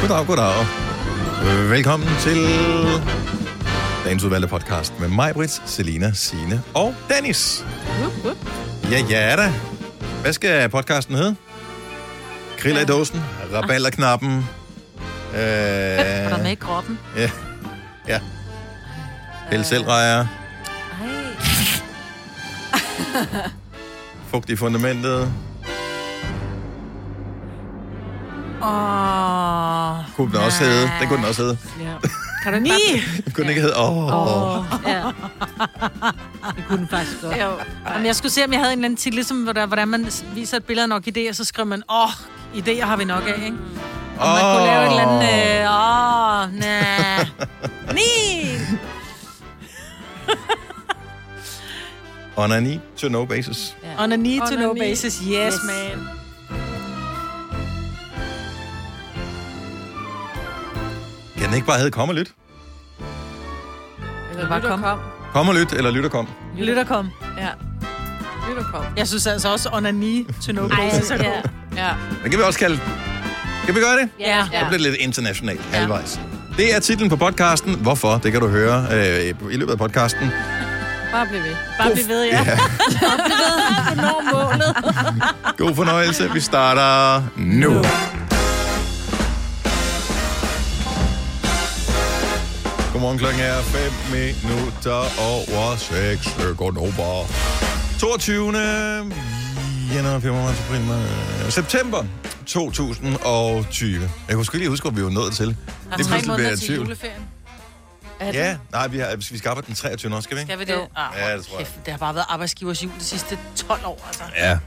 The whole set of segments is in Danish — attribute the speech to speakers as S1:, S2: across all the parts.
S1: Goddag, goddag. Velkommen til dagens udvalgte podcast med mig, Britt, Selina, Sine og Dennis. Ja, ja da. Hvad skal podcasten hedde? Kriller i dåsen, rabalderknappen. Øh,
S2: Er der med i kroppen?
S1: ja. ja. Pæl selvrejer, fugt i fundamentet.
S2: Åh.
S1: Kunne den også hedde? Den kunne den også hedde.
S3: Kan du ikke
S1: Kunne den ikke hedde? Åh. Oh.
S2: Ja.
S3: Det kunne den faktisk godt.
S2: Jo. Jamen, jeg skulle se, om jeg havde en eller anden titel, ligesom, hvor der- hvordan man viser et billede af nok idéer, så skriver man, åh, oh, idéer har vi nok af, ikke? Og man kunne lave et eller andet, øh, åh, oh, nej. Ni!
S1: On a need to know basis.
S2: On a need
S3: On
S2: to
S3: a
S2: know
S3: need.
S2: basis, yes,
S3: Yes.
S2: man.
S1: Kan den ikke bare hedde Kom og Lyt?
S3: Eller bare kom. kom.
S1: Kom og Lyt, eller Lyt og Kom.
S2: Lyt og kom.
S3: Ja. Lyt og kom.
S2: Jeg synes altså også, on a need to know
S3: Ej,
S2: basis. er god.
S3: ja. ja.
S1: Den kan vi også kalde... Kan vi gøre det?
S2: Ja.
S1: Så
S3: Ja.
S1: bliver det lidt internationalt halvvejs. Det er titlen på podcasten. Hvorfor? Det kan du høre øh, i løbet af podcasten.
S3: Bare bliv ved.
S2: Bare bliv ved, ja.
S3: Hvornår målet?
S1: God fornøjelse. Vi starter nu. Godmorgen, klokken er 5 minutter over 6 sekunder. 22. januar, februar, marts, april, maj, september 2020. Jeg kunne sgu ikke lige huske, hvor vi var nået til.
S2: Der er
S1: Det
S2: tre
S1: bliver
S2: måneder
S1: jeg i
S2: til
S1: tvivl.
S2: juleferien.
S1: Ja, nej, vi, har, vi skal arbejde den 23. også, skal vi ikke?
S2: Skal vi det? Ah,
S1: Ja, det tror jeg.
S2: kæft, det har bare været arbejdsgivers jul de sidste 12 år, altså.
S1: Ja.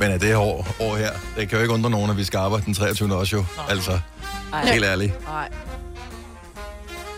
S1: Men er det her år, år her, det kan jo ikke undre nogen, at vi skal arbejde den 23. også jo. Altså, helt ærligt.
S3: Nej.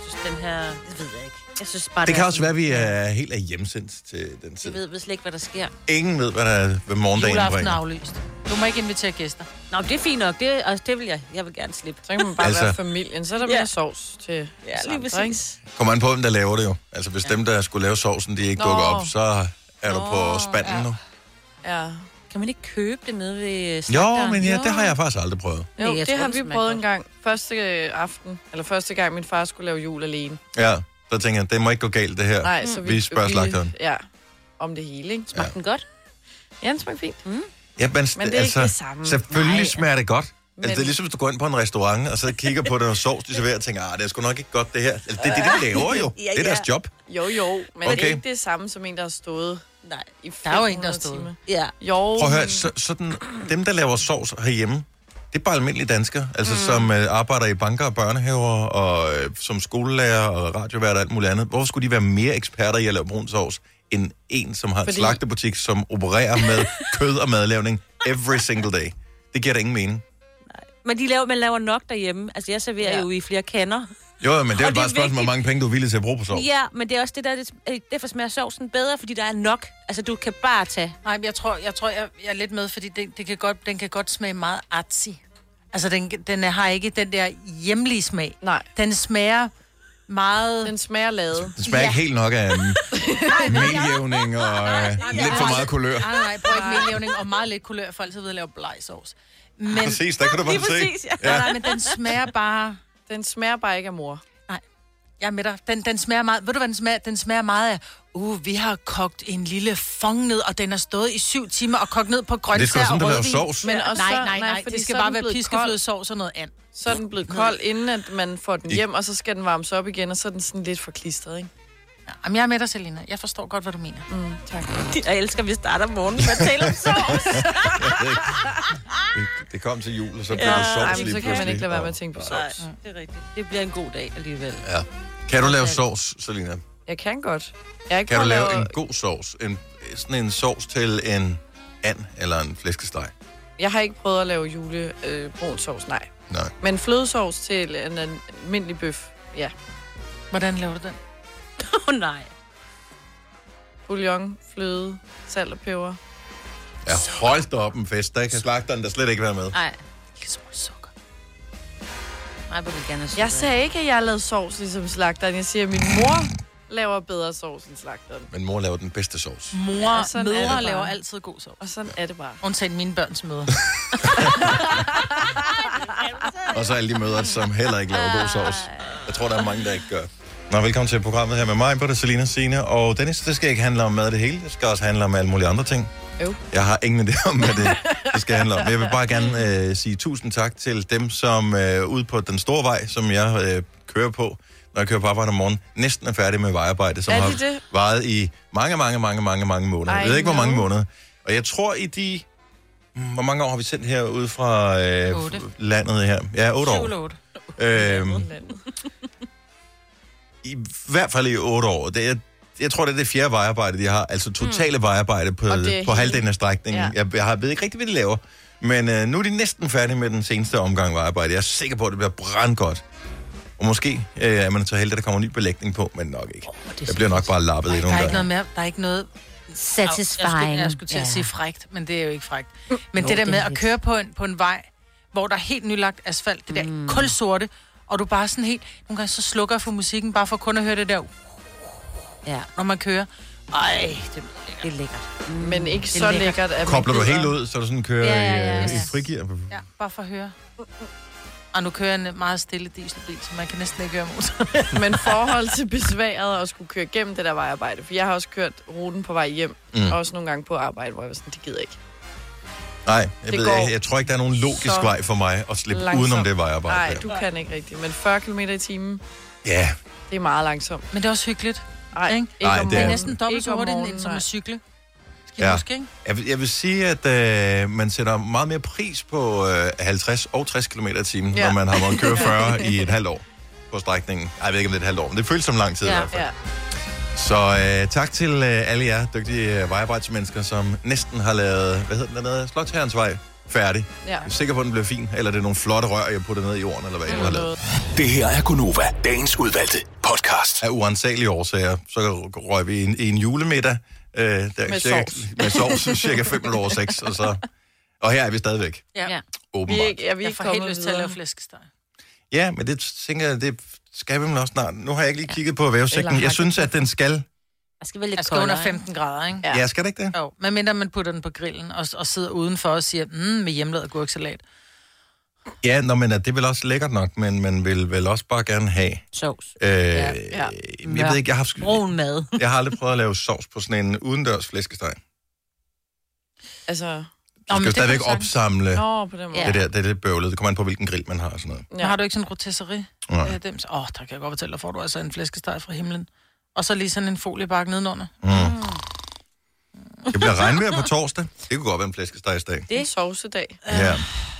S4: synes, den her... Det ved jeg ikke. Jeg synes bare,
S1: Det
S4: det
S1: kan også være, at vi øh, er helt er hjemsendt til den
S4: Vi
S1: tid.
S4: ved, ved slet ikke, hvad der sker.
S1: Ingen ved, hvad, der, hvad morgendagen
S2: Juleaften er
S1: bringer.
S2: aflyst. Du må ikke invitere gæster.
S4: Nå, men det er fint nok. Det, altså, det vil jeg. Jeg vil gerne slippe.
S3: Så kan man bare
S1: Altså-
S3: altså... være familien. Så er der mere
S4: Ja.
S3: sovs til
S4: Ja,
S3: os
S4: lige
S3: andre,
S4: præcis.
S1: Kommer an på, hvem der laver det jo. Altså, hvis dem, der skulle lave sovsen, de ikke
S3: Nå.
S1: dukker op, så er du på
S3: Nå,
S1: spanden
S3: ja.
S1: nu.
S3: ikke? Ja.
S4: Kan man ikke købe det nede ved
S1: Jo,
S4: slagteren?
S1: men ja,
S3: Jo.
S1: det har jeg faktisk aldrig prøvet.
S3: Jo,
S4: jeg
S3: det,
S4: tror,
S3: har
S4: det
S3: vi
S4: smager
S3: prøvet
S4: godt.
S3: en gang. Første øh, aften, eller første gang, min far skulle lave jul alene.
S1: Ja, så tænker jeg, det må ikke gå galt, det her.
S3: Nej, så vi,
S1: Vi spørger slagteren.
S3: Ja, om det hele, ikke?
S4: Smagte den godt? Mm.
S3: Ja, den smagte fint.
S1: Ja, men,
S3: Men det er
S1: altså,
S3: ikke det samme.
S1: Selvfølgelig
S3: Nej.
S1: smager det godt. Men...
S3: Men-
S1: Altså, det er ligesom, hvis du går ind på en restaurant, og så kigger på den sovs, de serverer, og tænker, ah, det er sgu nok ikke godt, det her. Altså, det er det, de laver jo.
S4: Ja,
S1: Det er
S4: ja.
S1: deres job.
S3: Jo, jo, men okay. det
S1: Okay.
S3: er ikke det samme som en, der har stået
S4: Nej.
S3: i
S2: Der er jo en, der
S3: 500
S2: har stået.
S3: timer.
S4: Ja.
S3: Jo,
S1: Prøv at høre,
S3: men-
S1: så, sådan, dem, der laver sovs herhjemme, det er bare almindelige danskere, altså mm. som øh, arbejder i banker og børnehaver, og øh, som skolelærer og radiovært og alt muligt andet. Hvorfor skulle de være mere eksperter i at lave brun sovs, end en, som har Fordi... en
S3: Fordi-
S1: slagtebutik, som opererer med kød og madlavning every single day? Det giver da ingen mening.
S4: Men de laver, man laver nok derhjemme. Altså, jeg serverer
S3: Ja.
S4: ja. jo i flere kander.
S1: Jo, men
S4: Og det
S1: det er jo bare
S4: er
S1: et spørgsmål, hvor
S4: vigtigt.
S1: mange penge du er villig til at bruge på sovs.
S4: Ja, men det er også det der, det, øh, derfor smager sovsen bedre, fordi der er nok. Altså, du kan bare tage.
S2: Nej, men jeg tror, jeg, tror, jeg, jeg er lidt med, fordi det, det kan godt, den kan godt smage meget artsy. Altså, den, den er- har ikke den der hjemlige smag.
S3: Nej,
S2: Den smager meget...
S3: den smager lavet.
S1: Det smager ja. ikke helt nok af um, meljævning og uh, lidt for meget kulør.
S2: Nej, nej, prøv ikke meljævning og meget lidt kulør, for altid ved at lave blegsovs. Men,
S1: Præcis, der kan du bare se.
S4: præcis, ja.
S2: nej, nej, men den smager bare...
S3: Den smager bare ikke af mor.
S2: Jeg er med dig. Den, den smager meget... Ved du, hvad den smager? Den smager meget af... Uh, vi har kogt en lille fong ned, og den har stået i syv timer og kogt ned på
S1: Det er sgu da
S2: grøntsager
S1: sådan,
S2: og
S1: der laver
S2: rødvin.
S1: sovs.
S3: Men også
S2: nej,
S3: så-
S2: nej, nej, nej,
S3: fordi
S2: det skal
S3: så er
S2: bare
S3: den
S2: være
S3: blevet
S2: piskeflødesovs og noget Mm. andet.
S3: kold. Så er den blevet kold, inden at man får den hjem, og så skal den varmes op igen, og så er den sådan lidt forklistret, ikke?
S2: Ja, Jamen, jeg er med dig, Selina. Jeg forstår godt, hvad du mener. Mm.
S3: Tak.
S4: Jeg elsker, at vi starter morgenen med at tale om sovs.
S1: Det- Det kom til jul, og så blev det
S3: Ej,
S1: sovs
S3: men
S1: lige
S3: så kan man
S1: pludselig.
S3: ikke lade være med at tænke på
S4: Nej,
S3: sovs.
S4: det er rigtigt. Det bliver en god dag alligevel.
S1: Ja. Kan du lave sovs, Selina?
S3: Jeg kan godt. Jeg er ikke
S1: Kan du
S3: for at
S1: lave
S3: lave-
S1: en god sovs? En, sådan en sovs til en and eller en flæskesteg?
S3: Jeg har ikke prøvet at lave julebrun øh, brun sovs, nej.
S1: Nej.
S3: Men flødesovs til en almindelig bøf, ja.
S2: Hvordan laver du den?
S4: Åh, oh, nej.
S3: Bouillon, fløde, salt og peber.
S1: Ja, hold da op en fest. Der kan slagteren der slet ikke være med.
S4: Nej. Lille smule sukker. Nej, jeg vil gerne have sukker.
S3: Jeg sagde ikke, at jeg lavede sovs ligesom slagteren. Jeg siger, at min mor laver bedre sovs end slagteren.
S1: Men mor laver den bedste sovs.
S2: Mor,
S3: Ja, sådan er det
S2: mødre
S3: bare.
S2: laver altid god sovs.
S3: Og sådan er det bare.
S2: Undtagen mine børns mødre.
S1: Og så alle de mødre, som heller ikke laver god sovs. Jeg tror, der er mange, der ikke gør. Nå, velkommen til programmet her med mig, Britta, Selina, Signe og Dennis. Det skal ikke handle om mad det hele. Det skal også handle om alle mulige andre ting.
S3: Øv.
S1: Jeg har ingen idé om, hvad det, det skal handle om. Men jeg vil bare gerne øh, sige tusind tak til dem, som øh, ude på den store vej, som jeg øh, kører på, når jeg kører på arbejde om morgenen, næsten er færdig med vejarbejde, som
S3: Er de
S1: har
S3: det?
S1: varet i mange, mange, mange, mange, mange måneder.
S3: Ej,
S1: jeg ved ikke, hvor mange
S3: no.
S1: måneder. Og jeg tror i de... hmm, Hvor mange år har vi sendt her ude fra øh,
S2: Otte.
S1: landet her? Ja, otte år.
S2: Psykolog.
S1: Øhm,
S3: Landet.
S1: I hvert fald i otte år. Det er, jeg tror, det er det fjerde vejarbejde, de har.
S3: Hmm.
S1: Altså totale mm. vejarbejde på,
S3: Og det er
S1: på
S3: hele-
S1: halvdelen af strækningen. Ja.
S3: Ja.
S1: Jeg, jeg har- ved ikke rigtigt, hvad de laver. Men øh, nu er de næsten færdige med den seneste omgang vejarbejde. Jeg er sikker på, at det bliver brandgodt. Og måske øh, er man så heldig, at der kommer ny belægning på, men nok ikke. Oh, jeg bliver nok bare lappet i
S2: Der
S1: nogle
S2: er ikke noget
S1: gange.
S2: mere, der er ikke noget... Jeg skulle,
S4: Satisfying. Mm.
S2: jeg skulle til at sige frægt, men det er jo ikke frægt. Men det der
S4: det
S2: med
S4: er
S2: at
S4: lidt.
S2: køre på en, på en vej, hvor der er helt nylagt asfalt, det der mm. kulsorte, og du bare sådan helt... Nogle gange så slukker jeg for musikken, bare for kun at høre det der,
S4: Ja,
S2: når man kører. Ej, det
S4: det er lækkert. Mm.
S3: Men ikke
S2: er
S3: så
S2: lækkert.
S3: lækkert, at man
S1: Kobler du
S3: gider.
S1: helt ud, så du sådan kører
S4: Ja, ja,
S1: i,
S4: ja,
S1: øh, i
S4: ja.
S1: frigear?
S2: Ja, bare for at høre.
S4: Mm,
S2: Og nu kører jeg en meget stille dieselbil, så man kan næsten ikke høre motor.
S3: Men forhold til besværet og skulle køre igennem det der vejarbejde, for jeg har også kørt ruten på vej hjem,
S1: Mm.
S3: mm. og også nogle gange på arbejde, hvor jeg var sådan, det gider ikke.
S1: Nej, jeg,
S3: Det
S1: ved,
S3: går
S1: jeg, jeg tror ikke, der er nogen logisk
S3: så
S1: vej for mig at slippe
S3: langsomt.
S1: udenom det vejarbejde.
S3: Nej,
S1: der.
S3: du kan ikke rigtigt, men 40 km i timen,
S1: Ja,
S3: det er meget langsomt.
S2: Men det er også hyggeligt.
S3: Ej,
S2: Ikke?
S3: ikke
S1: Nej,
S3: om
S1: det
S2: Det er
S1: er- Ja.
S3: morgenen.
S2: næsten dobbelt
S3: Ikke
S2: så
S3: om
S2: hurtigt, end
S3: morgenen,
S2: som
S3: nej.
S2: at cykle. Skal I
S1: Ja.
S2: huske, ikke?
S1: Jeg vil, jeg vil sige, at øh, man sætter meget mere pris på øh, 50 og 60 km i timen, ja.
S3: Ja.
S1: når man har måttet køre 40 i et halvt år på strækningen. Ej, jeg ved ikke, om det er et halvt år, men det føles som lang tid ja. i hvert fald.
S3: Ja.
S1: Så øh, tak til øh, alle jer dygtige øh, vejarbejdsmennesker, som næsten har lavet, hvad hedder den dernede, Slottsherrens Vej færdig.
S3: Ja.
S1: Jeg er sikker på, at den bliver fin, eller det er nogle flotte rør, jeg putter ned i jorden, eller hvad jeg har lavet.
S5: Det her er Gunova, dagens udvalgte podcast.
S1: af uansagelige årsager, så røg vi i en, i en julemiddag. Øh, der,
S3: Med
S1: cirka,
S3: sovs.
S1: Med sovs, cirka 5 minutter over 6, og så... Og her er vi stadigvæk,
S2: Ja.
S4: Ja.
S2: ja.
S3: Vi
S1: åbenbart.
S3: er ikke, ja, vi er
S2: Jeg
S3: ikke
S2: får helt
S3: kommet
S2: lyst til at lave
S3: videre.
S2: flæskesteg.
S1: Ja, men det tænker jeg, det skal vi vel også snart. Nu har jeg ikke lige kigget på vævesigten.
S3: Eller
S1: Jeg
S3: hakket.
S1: synes, at den skal.
S4: Jeg skal vel
S2: Jeg
S4: lidt
S2: skal under
S4: koldere. ikke?
S2: 15 grader, ikke?
S1: Ja, skal det ikke det?
S2: Jo, medmindre man putter den på grillen og, og sidder udenfor og siger, mm, med hjemmelavet gurksalat.
S1: Ja, nå, men at det er vel også lækkert nok, men man vil vel også bare gerne have...
S4: Sovs.
S1: Øh,
S4: Ja,
S3: ja.
S1: Jeg ved ikke, jeg har, haft-
S4: Brun mad.
S1: jeg har aldrig prøvet at lave sovs på sådan en udendørs flæskesteg. Du
S3: Altså,
S2: Nå,
S1: skal jo
S2: det kan
S1: stadigvæk
S2: du sagtens.
S1: opsamle
S3: nå, på den måde.
S4: Ja.
S3: Ja.
S1: det der, det er lidt bøvlet. Det kommer an på, hvilken grill man har og sådan noget.
S2: Ja. Har du ikke sådan en rotisserie?
S1: Nej.
S2: Øh, dem? Åh, oh, der kan jeg godt fortælle dig, får du altså en flæskesteg fra himlen. Og så lige sådan en foliebakke nedenunder.
S1: Mm.
S2: Mm.
S1: Det bliver regnvejr på torsdag. Det kunne godt være en flæskestegsdag.
S3: En sovsedag.
S1: Ja.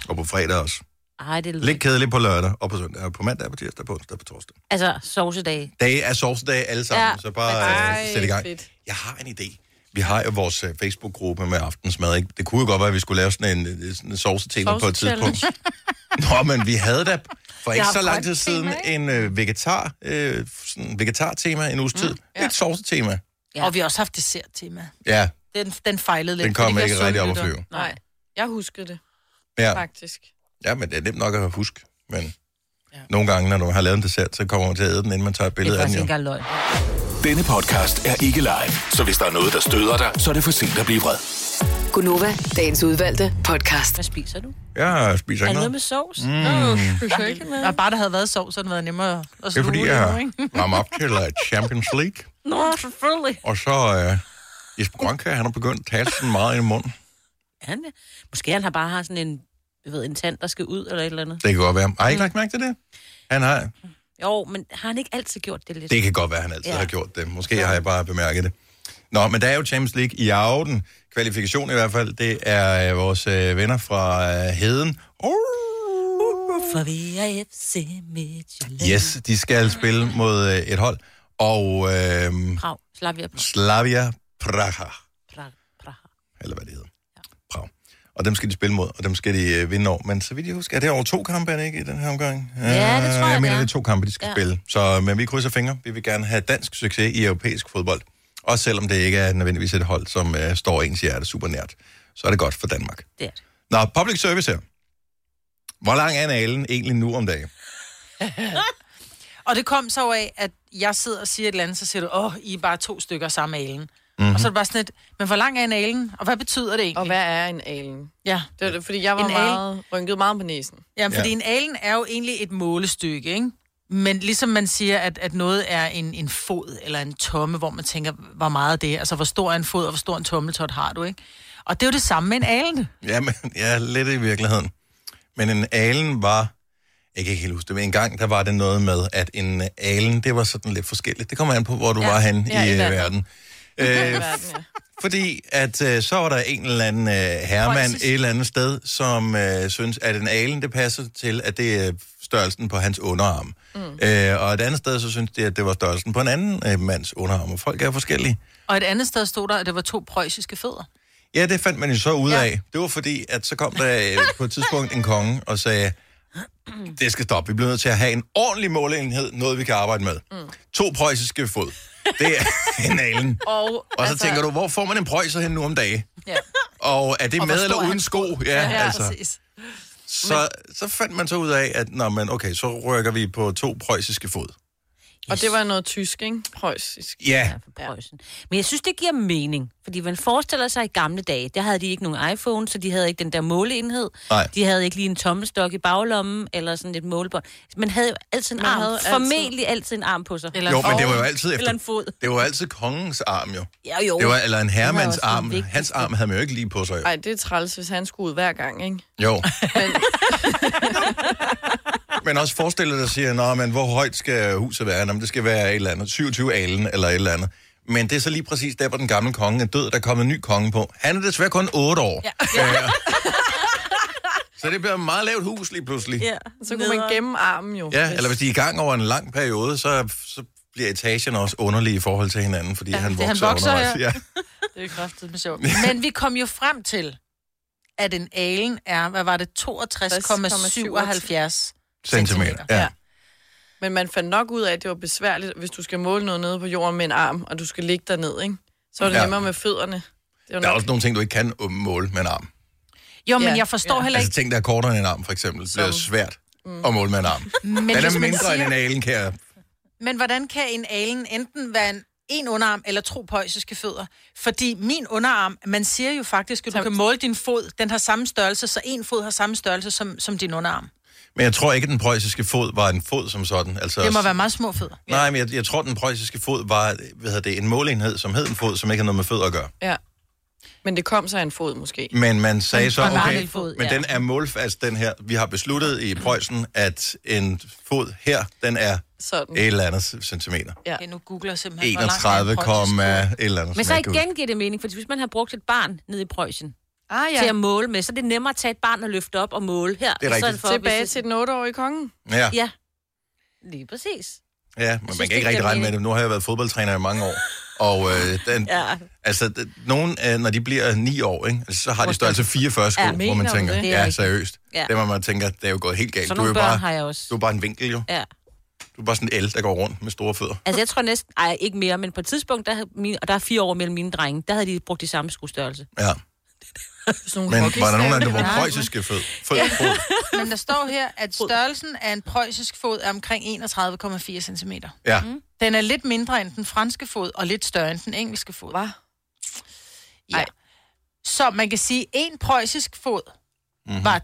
S1: Og på fredag også.
S4: Ej, det er
S1: Lidt kedeligt på lørdag, og på søndag, og på mandag, på tirsdag, på onsdag, på torsdag.
S4: Altså, sovsedag.
S1: Dage er sovsedage alle sammen, ja.
S4: Ja.
S1: så bare øh,
S3: Ej,
S1: sæt i gang.
S3: fedt.
S1: Jeg har en idé. Vi har jo vores øh, Facebook-gruppe med aftensmad. Ikke? Det kunne jo godt være, at vi skulle lave sådan en, øh, sådan en sovsetema på et
S3: Sovse-challenge.
S1: tidspunkt. Nå, men vi havde da for ikke
S2: har
S1: så lang
S2: grønt
S1: tid siden
S2: tema,
S1: en øh, vegetar, øh, sådan vegetar-tema en uges tid. Mm, ja. Et sovsetema.
S2: Ja. Og vi har også haft dessert-tema.
S1: Ja,
S2: Den, den fejlede lidt.
S1: den kom
S2: for det
S1: ikke
S2: gør
S1: rigtig op at
S2: sundt lytter.
S1: flyve.
S3: Nej, jeg huskede det
S1: Ja.
S3: faktisk.
S1: Ja, men det er nemt nok at huske. Men ja. nogle gange, når du har lavet en dessert, så kommer man til at æde den, inden man tager
S4: Det
S1: et billede
S4: er
S1: af den.
S4: faktisk
S1: Jo.
S4: ikke engang løgn.
S5: Denne podcast er ikke live, så hvis der er noget, der støder dig, så er det for sent at blive vred.
S6: Gunova, dagens udvalgte podcast.
S4: Hvad spiser du?
S1: Jeg spiser
S4: Er
S1: ikke
S4: det noget
S1: noget.
S4: med sovs?
S2: Ja. Og bare der havde været sov, så havde det været nemmere at sluge
S1: Det er fordi,
S2: det nu,
S1: jeg
S2: ikke?
S1: varmer op til øh, Champions League,
S4: Nå, selvfølgelig.
S1: og så øh, Jesper Grønkær, han har begyndt at tale sådan meget i munden.
S4: Han, måske han har bare har sådan en, jeg ved, en tand, der skal ud eller et eller andet.
S1: Det kan godt være. Har I ikke lagt mærke til det? Han har,
S4: Jo, men har han ikke altid gjort det lidt?
S1: det kan godt være, han altid ja.
S4: Ja.
S1: har gjort det. Måske har jeg bare bemærket det. Nå, men der er jo Champions League i aften. Kvalifikation i hvert fald, det er øh, vores øh, venner fra øh, Heden. Oh.
S4: Uh, For vi er FC Midtjylland.
S1: Yes, de skal spille mod øh, et hold. Og øh,
S4: Prag. Slavia Prag.
S1: Slavia Praha,
S4: Prag. Prag.
S1: eller hvad det hedder. Prag. Og dem skal de spille mod, og dem skal de øh, vinde over. Men så vidt jeg husker, er det over to kampe, er det ikke, i den her omgang? Ja,
S4: det tror jeg,
S1: Jeg
S4: det
S1: mener,
S4: er.
S1: det er to kampe, de skal ja.
S4: Ja.
S1: spille. Så men vi krydser fingre. Vi vil gerne have dansk succes i europæisk fodbold. Også selvom det ikke er nødvendigvis et hold, som øh, står ens hjerte super nært. Så er det godt for Danmark.
S4: Det er det.
S1: Nå, public service her. Hvor lang er nalen egentlig nu om dagen?
S2: Og det kom så af, at jeg sidder og siger et eller andet, så siger du, åh, I er bare to stykker samme alen.
S1: Mhm.
S2: Mm-hmm. Og så er det bare sådan et, men hvor lang er analen? Og hvad betyder det egentlig?
S3: Og hvad er en alen?
S2: Ja.
S3: Det var det, fordi jeg var
S2: En alen?
S3: meget, rynket meget på næsen.
S2: Jamen,
S1: Ja.
S2: fordi en alen er jo egentlig et målestykke, ikke? Men ligesom man siger, at, at noget er en, en fod eller en tomme, hvor man tænker, hvor meget det er. Altså, hvor stor er en fod, og hvor stor en tommeltot har du, ikke? Og det er jo det samme med en alen.
S1: Ja, men, ja, lidt i virkeligheden. Men en alen var... Jeg kan ikke helt huske det, men en gang, der var det noget med, at en alen, det var sådan lidt forskelligt. Det kommer an på, hvor du ja, var henne
S3: ja,
S1: i,
S3: i
S1: i
S3: verden.
S1: verden. Øh,
S3: Verden, ja.
S1: Fordi at øh, så var der en eller anden øh, herremand et eller andet sted, som øh, synes, at en alen, det passer til, at det er størrelsen på hans underarm. Mm. Øh, og et andet sted, så synes de, at det var størrelsen på en anden øh, mands underarm. Og folk er forskellige.
S2: Og et andet sted stod der, at det var to preussiske fødder.
S1: Ja, det fandt man jo så ud af. Det var fordi, at så kom der øh, på et tidspunkt en konge og sagde, det skal stoppe. Vi bliver nødt til at have en ordentlig måleenhed, noget vi kan arbejde med. Mm. To preussiske fod. Det er analen.
S3: Og,
S1: Og så altså, tænker du, hvor får man en preuser hen nu om dagen?
S3: Ja.
S1: Og er det
S2: Og hvor
S1: med eller
S2: stor er
S1: uden
S2: hans
S1: sko? Ja, ja, altså.
S2: præcis.
S1: Så, så fandt man så ud af, at nå, men okay, så rykker vi på to preussiske fod.
S3: Og det var noget tysk, ikke? Preussisk.
S1: Ja,
S4: Ja, for Preussen. Men jeg synes, det giver mening. Fordi man forestiller sig i gamle dage, der havde de ikke nogen iPhone, så de havde ikke den der måleenhed.
S1: Nej.
S4: De havde ikke lige en tommelstok i baglommen, eller sådan et målebånd. Man havde jo altid en
S3: Man
S4: arm.
S3: havde altid-
S4: Formentlig altid en arm på sig.
S2: Eller
S1: jo,
S2: en
S1: men det
S2: ovn.
S1: var jo altid
S4: Eller en
S1: efter...
S4: fod.
S1: Det var jo altid kongens arm, jo.
S4: Ja, jo.
S1: Det var, eller en
S4: Det var
S1: herremands
S4: også den
S1: arm.
S4: vigtigste.
S1: Hans arm havde man jo ikke lige på sig, jo.
S3: Ej, det er træls, hvis han skulle ud hver gang, ikke?
S1: jo.
S3: Men,
S1: Men også forestiller dig, siger, Nå, men hvor højt skal huset være? Nå, men det skal være et eller andet. 27 alen eller et eller andet. Men det er så lige præcis der, hvor den gamle konge er død, der er kommet en ny konge på. Han er desværre kun 8 år. Ja. Øh, så det bliver et meget lavt hus lige pludselig.
S4: Ja.
S3: så kunne man gemme armen jo.
S1: Ja, eller hvis de er i gang over en lang periode, så, så bliver etagen også underlig i forhold til hinanden, fordi ja, han
S2: fordi
S1: vokser,
S2: han vokser,
S1: undervejs. Ja.
S2: Det er kraftigt med sjovt. Men vi kom jo frem til, at en alen er, hvad var det, 62,77
S1: Centimeter. Ja.
S3: Ja. Men man fandt nok ud af, at det var besværligt, hvis du skal måle noget nede på jorden med en arm, og du skal ligge derned, ikke? Så er det
S1: Ja.
S3: ja. nemmere med fødderne. Det var
S1: Der er
S3: nok...
S1: også nogle ting, du ikke kan øh, måle med en arm.
S2: Jo, men
S3: Ja,
S2: jeg forstår
S3: ja.
S2: heller
S1: Altså
S2: ikke, Mm.
S1: ting, der er kortere end en arm, for eksempel, bliver
S3: Som-
S1: svært at måle med en arm.
S2: men,
S1: Den
S2: hvis
S1: er
S2: man
S1: mindre end
S2: siger-
S1: en alen, kan jeg
S2: Men hvordan kan en alen enten være en, en underarm eller tro preussiske fødder? Fordi min underarm, man siger jo faktisk, at du
S3: Så-
S2: kan måle din fod, den har samme størrelse, så en fod har samme størrelse som, som din underarm.
S1: Men jeg tror ikke, at den preussiske fod var en fod som sådan. Altså,
S2: Det må være meget små fødder.
S1: Nej, men jeg, jeg tror, den preussiske fod var hvad hedder det, en måleenhed, som hed en fod, som ikke havde noget med fødder at gøre.
S3: Ja. Men det kom så af en fod, måske.
S1: Men man sagde så,
S4: var en
S1: okay,
S4: vanlig fod,
S1: men
S4: ja.
S1: den er målfast, den her. Vi har besluttet i Preussen, at en fod her, den er
S3: Sådan.
S1: et eller andet centimeter.
S3: Ja.
S2: Okay, nu googler jeg simpelthen, hvor langt er
S1: 31,
S2: en preussisk
S1: komma
S2: fod.
S1: et eller andet.
S4: Men
S1: som
S4: så
S1: jeg ikke kan
S4: igen giver det mening, for hvis man har brugt et barn nede i Preussen
S3: Ah
S4: ja. til at måle med, så er det nemmere at tage et barn og løfte op og måle her.
S1: er
S4: i stedet
S1: rigtigt.
S4: For,
S3: Tilbage
S4: hvis
S3: til
S4: det-
S3: den 8-årige konge.
S1: huske. Ja,
S4: Ja, lige præcis.
S1: ja, men
S4: synes,
S1: man
S4: det
S1: kan ikke
S4: giver
S1: rigtig regne med
S4: mening.
S1: det. Nu har jeg været fodboldtræner i mange år. Og øh, den,
S4: Ja.
S1: altså, d- nogen, øh, når de bliver 9 år, ikke? Altså, så har de størrelse 44 sko,
S4: Ja,
S1: hvor man
S3: mener du
S1: tænker,
S3: det?
S4: Det er
S1: ja,
S4: rigtigt.
S1: seriøst.
S4: Ja.
S1: Det var man tænker, det er jo gået helt galt.
S4: Så
S1: du er jo
S4: nogle børn
S1: bare,
S4: har jeg også.
S1: Du er bare en vinkel, jo.
S4: Ja.
S1: Du er bare sådan en el, der går rundt med store fødder.
S4: Altså, jeg tror næsten... Ej, ikke mere, men på et tidspunkt, der, havde mine, og der er fire år mellem mine drenge, der havde de brugt de samme skostørrelse.
S1: Ja.
S3: Sådan nogle
S1: Men var der
S3: hockeystave.
S1: nogen af dem, der var
S2: Nej.
S1: preussiske fød? fød, fod?
S2: Men der står her, at størrelsen af en preussisk fod er omkring 31,4 cm.
S1: Ja.
S3: Mm.
S2: Den er lidt mindre end den franske fod, og lidt større end den engelske fod.
S3: Hva?
S2: Ja.
S3: Ej.
S2: Så man kan sige, at en preussisk fod
S1: Mhm.
S2: mm-hmm. var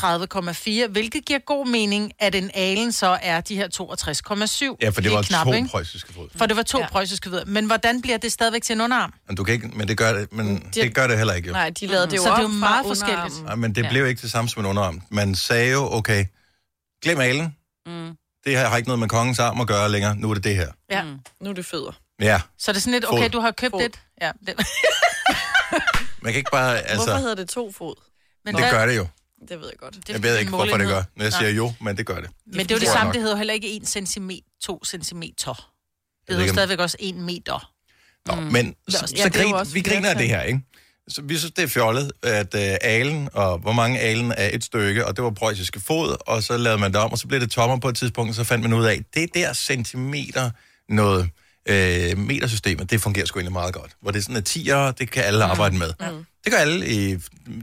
S2: 31,4, hvilket giver god mening, at en alen så er de her 62,7.
S1: ja, for det
S2: Lige
S1: var to
S2: ikke?
S1: preussiske fod.
S2: For det var to ja.
S3: Ja.
S2: preussiske fødder. Men hvordan bliver det stadigvæk til en underarm? Mm.
S1: Men, du kan ikke, men det gør det, men det gør det heller ikke, jo.
S3: Nej, de lavede det jo
S2: Så det
S3: om
S2: er jo
S3: fra
S2: meget forskelligt.
S3: underarmen.
S1: Nej, men det
S4: Ja.
S1: blev ikke det samme som en underarm. Man sagde jo, okay, glem alen.
S4: Mm.
S1: Det her har ikke noget med kongens arm at gøre længere. Nu er det det her.
S2: Ja.
S4: Mm.
S3: Nu er det fødder.
S1: Ja,
S2: Så det er sådan lidt,
S1: Fod.
S2: okay, du har købt
S3: Fod.
S2: et. Ja, det,
S1: man kan ikke bare,
S3: Hvorfor
S1: altså,
S3: hedder det to fod?
S2: men
S1: det
S2: hvad-
S1: gør det jo.
S3: Det ved jeg godt. Det,
S2: er
S1: Jeg ved
S2: en
S1: ikke, hvorfor det gør.
S2: målenhed.
S1: Når jeg
S2: Nej.
S1: siger jo, men det gør det.
S2: Men det er jo det
S1: Tror jeg
S2: samme,
S1: nok.
S2: det hedder jo heller ikke 1 cm, 2 cm. Det
S1: ved
S2: hedder
S1: ikke, om-
S2: stadigvæk også 1 meter.
S1: Nå, men så,
S2: Nå,
S1: så,
S2: ja,
S1: så
S2: det er jo
S1: grin,
S3: også
S1: vi griner af det
S3: flertal.
S1: her, ikke? Så vi synes, det er fjollet, at øh, alen, og hvor mange alen er et stykke, og det var preussiske fod, og så lavede man det om, og så blev det tommer på et tidspunkt, og så fandt man ud af, det der centimeter noget øh, metersystemet, det fungerer sgu egentlig meget godt. Hvor det er sådan, at tiger, det kan alle arbejde med. Det gør alle i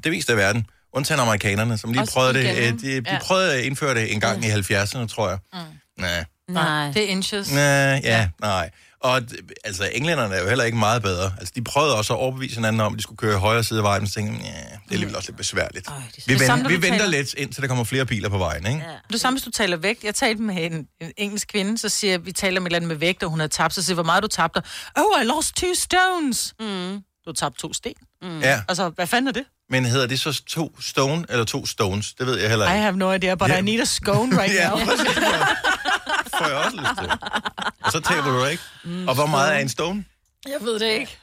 S1: det meste af verden, undtagen amerikanerne, som lige
S3: Også
S1: prøvede det.
S3: igen,
S1: Øh,
S3: ikke?
S1: de, de
S3: Ja.
S1: prøvede at indføre det en gang i 70'erne, tror jeg. Mm. Nej.
S4: Nej.
S2: Det er inches.
S1: Nej, ja, nej. Og d- altså, englænderne er jo heller ikke meget bedre. Altså, de prøvede også at overbevise hinanden om, at de skulle køre højre side af vejen, men så tænkte, jeg, "Nja, det er alligevel også lidt besværligt. vi
S2: Det er samme,
S1: venter,
S2: når
S1: vi
S2: du
S1: venter
S2: taler-
S1: lidt, indtil der kommer flere biler på vejen, ikke? Ja.
S2: Det er det samme, hvis du taler vægt. Jeg talte med en, en engelsk kvinde, så siger jeg, vi taler om et eller andet med vægt, og hun havde tabt, så siger jeg, hvor meget du tabte. Oh, I lost two stones. Mm. Du tabte to sten.
S1: ja.
S2: Altså, hvad fanden er det?
S1: Men hedder det så to stone eller to stones? Det ved jeg heller
S2: I
S1: ikke.
S2: have no idea, but
S1: Ja.
S2: I need a scone right
S1: Ja,
S2: now.
S1: præcis. Det får jeg også lyst til. Og så taber du ikke.
S2: Mm,
S1: Og hvor meget er en stone?
S3: Jeg ved det ikke.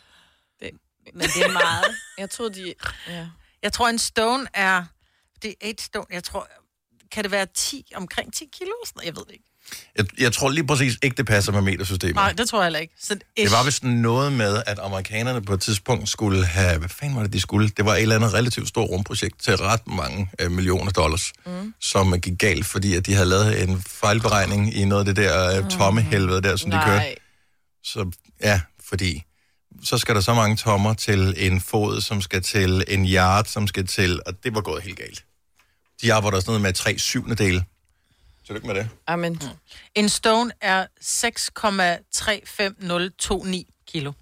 S4: Men det er meget.
S3: Jeg tror, de... Ja.
S2: Jeg tror, en stone er... Det er et stone. Jeg tror... Kan det være 10, omkring 10 kilo? Sådan noget? Jeg ved det ikke.
S1: Jeg, jeg tror lige præcis ikke, det passer med metersystemet.
S2: Nej, det tror jeg heller ikke. Så
S1: Det var vist noget med, at amerikanerne på et tidspunkt skulle have... Hvad fanden var det, de skulle? Det var et eller andet relativt stort rumprojekt til ret mange øh, millioner dollars, mm. som øh, gik galt, fordi at de havde lavet en fejlberegning i noget af det der øh, tomme helvede der, som de kørte.
S3: Nej.
S1: Så ja, fordi så skal der så mange tommer til en fod, som skal til en yard, som skal til... Og det var gået helt galt. De arbejder også noget med tre syvendedele. Tillykke med det.
S3: Amen.
S2: Mm. En stone er 6,35029 kilo.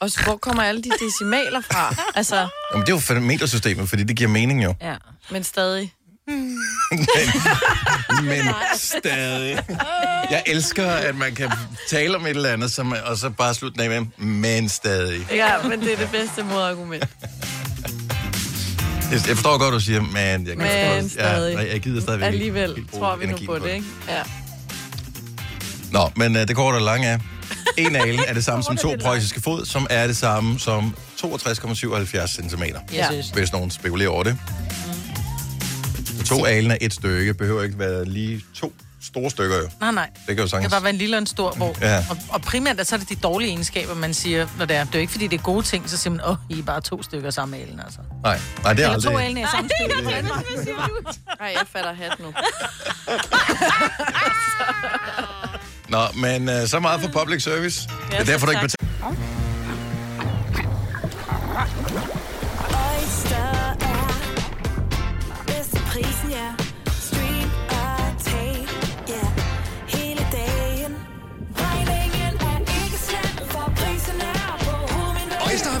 S3: Og så, hvor kommer alle de decimaler fra? Altså,
S1: Jamen, det er jo for metersystemet, fordi det giver mening jo.
S4: Ja.
S3: men stadig.
S1: Men, men stadig. Jeg elsker, at man kan tale om et eller andet, som, og så bare slutte den af med, men stadig.
S3: Ja, men det er det bedste modargument.
S1: Jeg jeg forstår godt, du siger, men jeg, kan
S3: Men
S1: godt-
S3: stadig.
S1: Ja, nej, jeg gider stadigvæk ikke
S3: Alligevel
S1: helt bruge
S3: tror vi nu
S1: energien
S3: på det, ikke? Ja.
S1: Nå, men øh, det korte og lange er, en alen er det samme som to preussiske fod, som er det samme som 62,77 cm.
S3: Ja.
S1: Hvis nogen spekulerer over det. To alen er et stykke, behøver ikke være lige to store stykker jo.
S2: Nej, nej.
S1: Det kan jo
S2: Det kan
S1: sagtens.
S2: bare være en lille og en stor, hvor...
S1: Ja.
S2: Og, og primært er så er det de dårlige egenskaber, man siger, når det er. Det er jo ikke, fordi det er gode ting, så siger man, åh, oh, I er bare to stykker sammen med alen, altså.
S1: Nej, nej, det er
S4: Eller to
S1: aldrig.
S4: alene er samme stykke.
S3: Ej, jeg fatter hat nu.
S1: Nå, men øh, så meget for public service. det er derfor, du ikke betaler.
S7: Oyster er bedst til prisen, ja. Stream og tag, ja. Hele dagen. Regningen er ikke slem, for prisen er på hovedet.
S5: Øjster har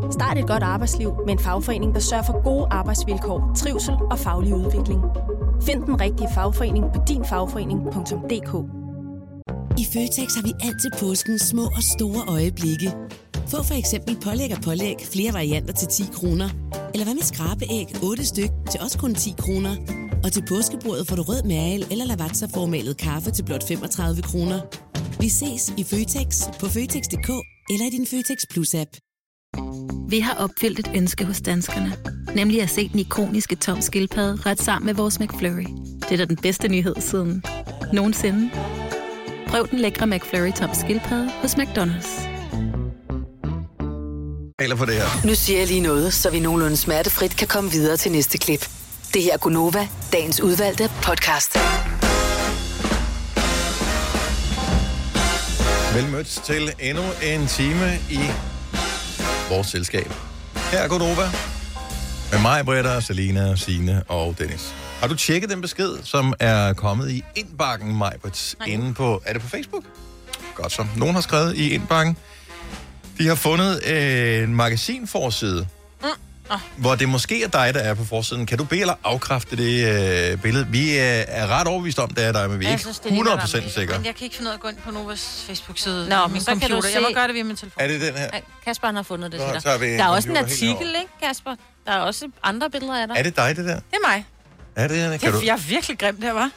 S8: Start et godt arbejdsliv med en fagforening, der sørger for gode arbejdsvilkår, trivsel og faglig udvikling. Find den rigtige fagforening på dinfagforening.dk.
S9: I Føtex har vi altid påsken små og store øjeblikke. Få for eksempel pålæg og pålæg flere varianter til 10 kroner. Eller hvad med skrabeæg 8 styk til også kun 10 kroner. Og til påskebordet får du rød mal eller lavatserformalet kaffe til blot 35 kroner. Vi ses i Føtex på Føtex.dk eller i din Føtex Plus-app.
S10: Vi har opfyldt et ønske hos danskerne. Nemlig at se den ikoniske tom skildpadde ret sammen med vores McFlurry. Det er da den bedste nyhed siden nogensinde. Prøv den lækre McFlurry tom skildpadde hos McDonald's.
S1: betaler for det her.
S6: Nu siger jeg lige noget, så vi nogenlunde smertefrit kan komme videre til næste klip. Det her er Gunova, dagens udvalgte podcast.
S1: Velmødt til endnu en time i vores selskab. Her er Godova. Med mig, Britta, Selina, Sine og Dennis. Har du tjekket den besked, som er kommet i indbakken, Majbert, inde på... Er det på Facebook? Godt så. Nogen har skrevet i indbakken. De har fundet øh, en magasinforside, hvor det måske er dig, der er på forsiden. Kan du bede eller afkræfte det øh, billede? Vi øh, er ret overbevist om, det er dig, men vi er ikke 100% sikre.
S2: Men jeg kan ikke finde ud af at gå ind på Novas Facebook-side.
S4: Nå,
S2: Nå,
S4: men
S2: min
S4: så kan du
S2: computer.
S4: se-
S2: Jeg må gøre det via min telefon.
S1: Er det den her?
S4: Ej, Kasper han har fundet det
S1: Nå,
S4: til dig.
S1: tager vi en
S4: Der er også en
S1: computer helt
S4: artikel, ikke, Kasper? Der er også andre billeder af dig.
S1: Er det dig, det der?
S2: Det er mig.
S1: Er det det? Kan du?
S2: Det, jeg er virkelig grim der, var.
S4: Jamen,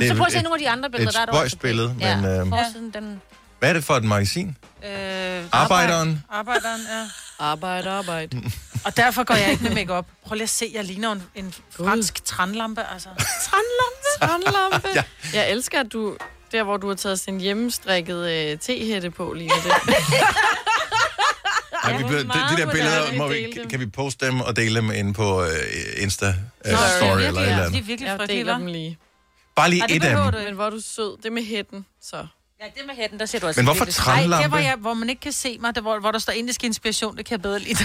S1: Det
S4: så
S1: er
S4: prøv at se
S1: et-
S4: nogle af de andre billeder.
S1: et
S4: der er der
S1: spøjst
S4: også-
S1: billede,
S4: ja,
S1: men, øhm,
S4: Forsiden, den...
S1: Hvad er det for et magasin?
S2: Øh,
S1: Arbejderen.
S2: Arbejderen, ja.
S3: Arbejde, arbejde.
S2: Og derfor går jeg ikke med makeup. Prøv lige at se, jeg ligner en, en fransk tranlampe, altså.
S3: Trandlampe. Trandlampe. ja. Jeg elsker, at du... Der, hvor du har taget sådan en hjemmestrikket øh, tehætte på lige nu. Det.
S1: Ej, vi bliver, de, de der billeder, må vi, kan vi poste dem og dele dem ind på øh, Insta øh, Story eller et
S3: altså,
S1: eller andet?
S2: virkelig
S3: Jeg
S2: frygtelige,
S3: deler
S2: hva'?
S3: dem lige.
S1: Bare lige et af dem.
S3: Men hvor er du sød. Det med hætten, så.
S2: Ja, det med hætten, der ser du
S1: altså Men hvorfor virkelig- trælampe?
S2: Nej, der hvor, jeg, hvor man ikke kan se mig, der, hvor, hvor der står indisk inspiration, det kan jeg bedre lide.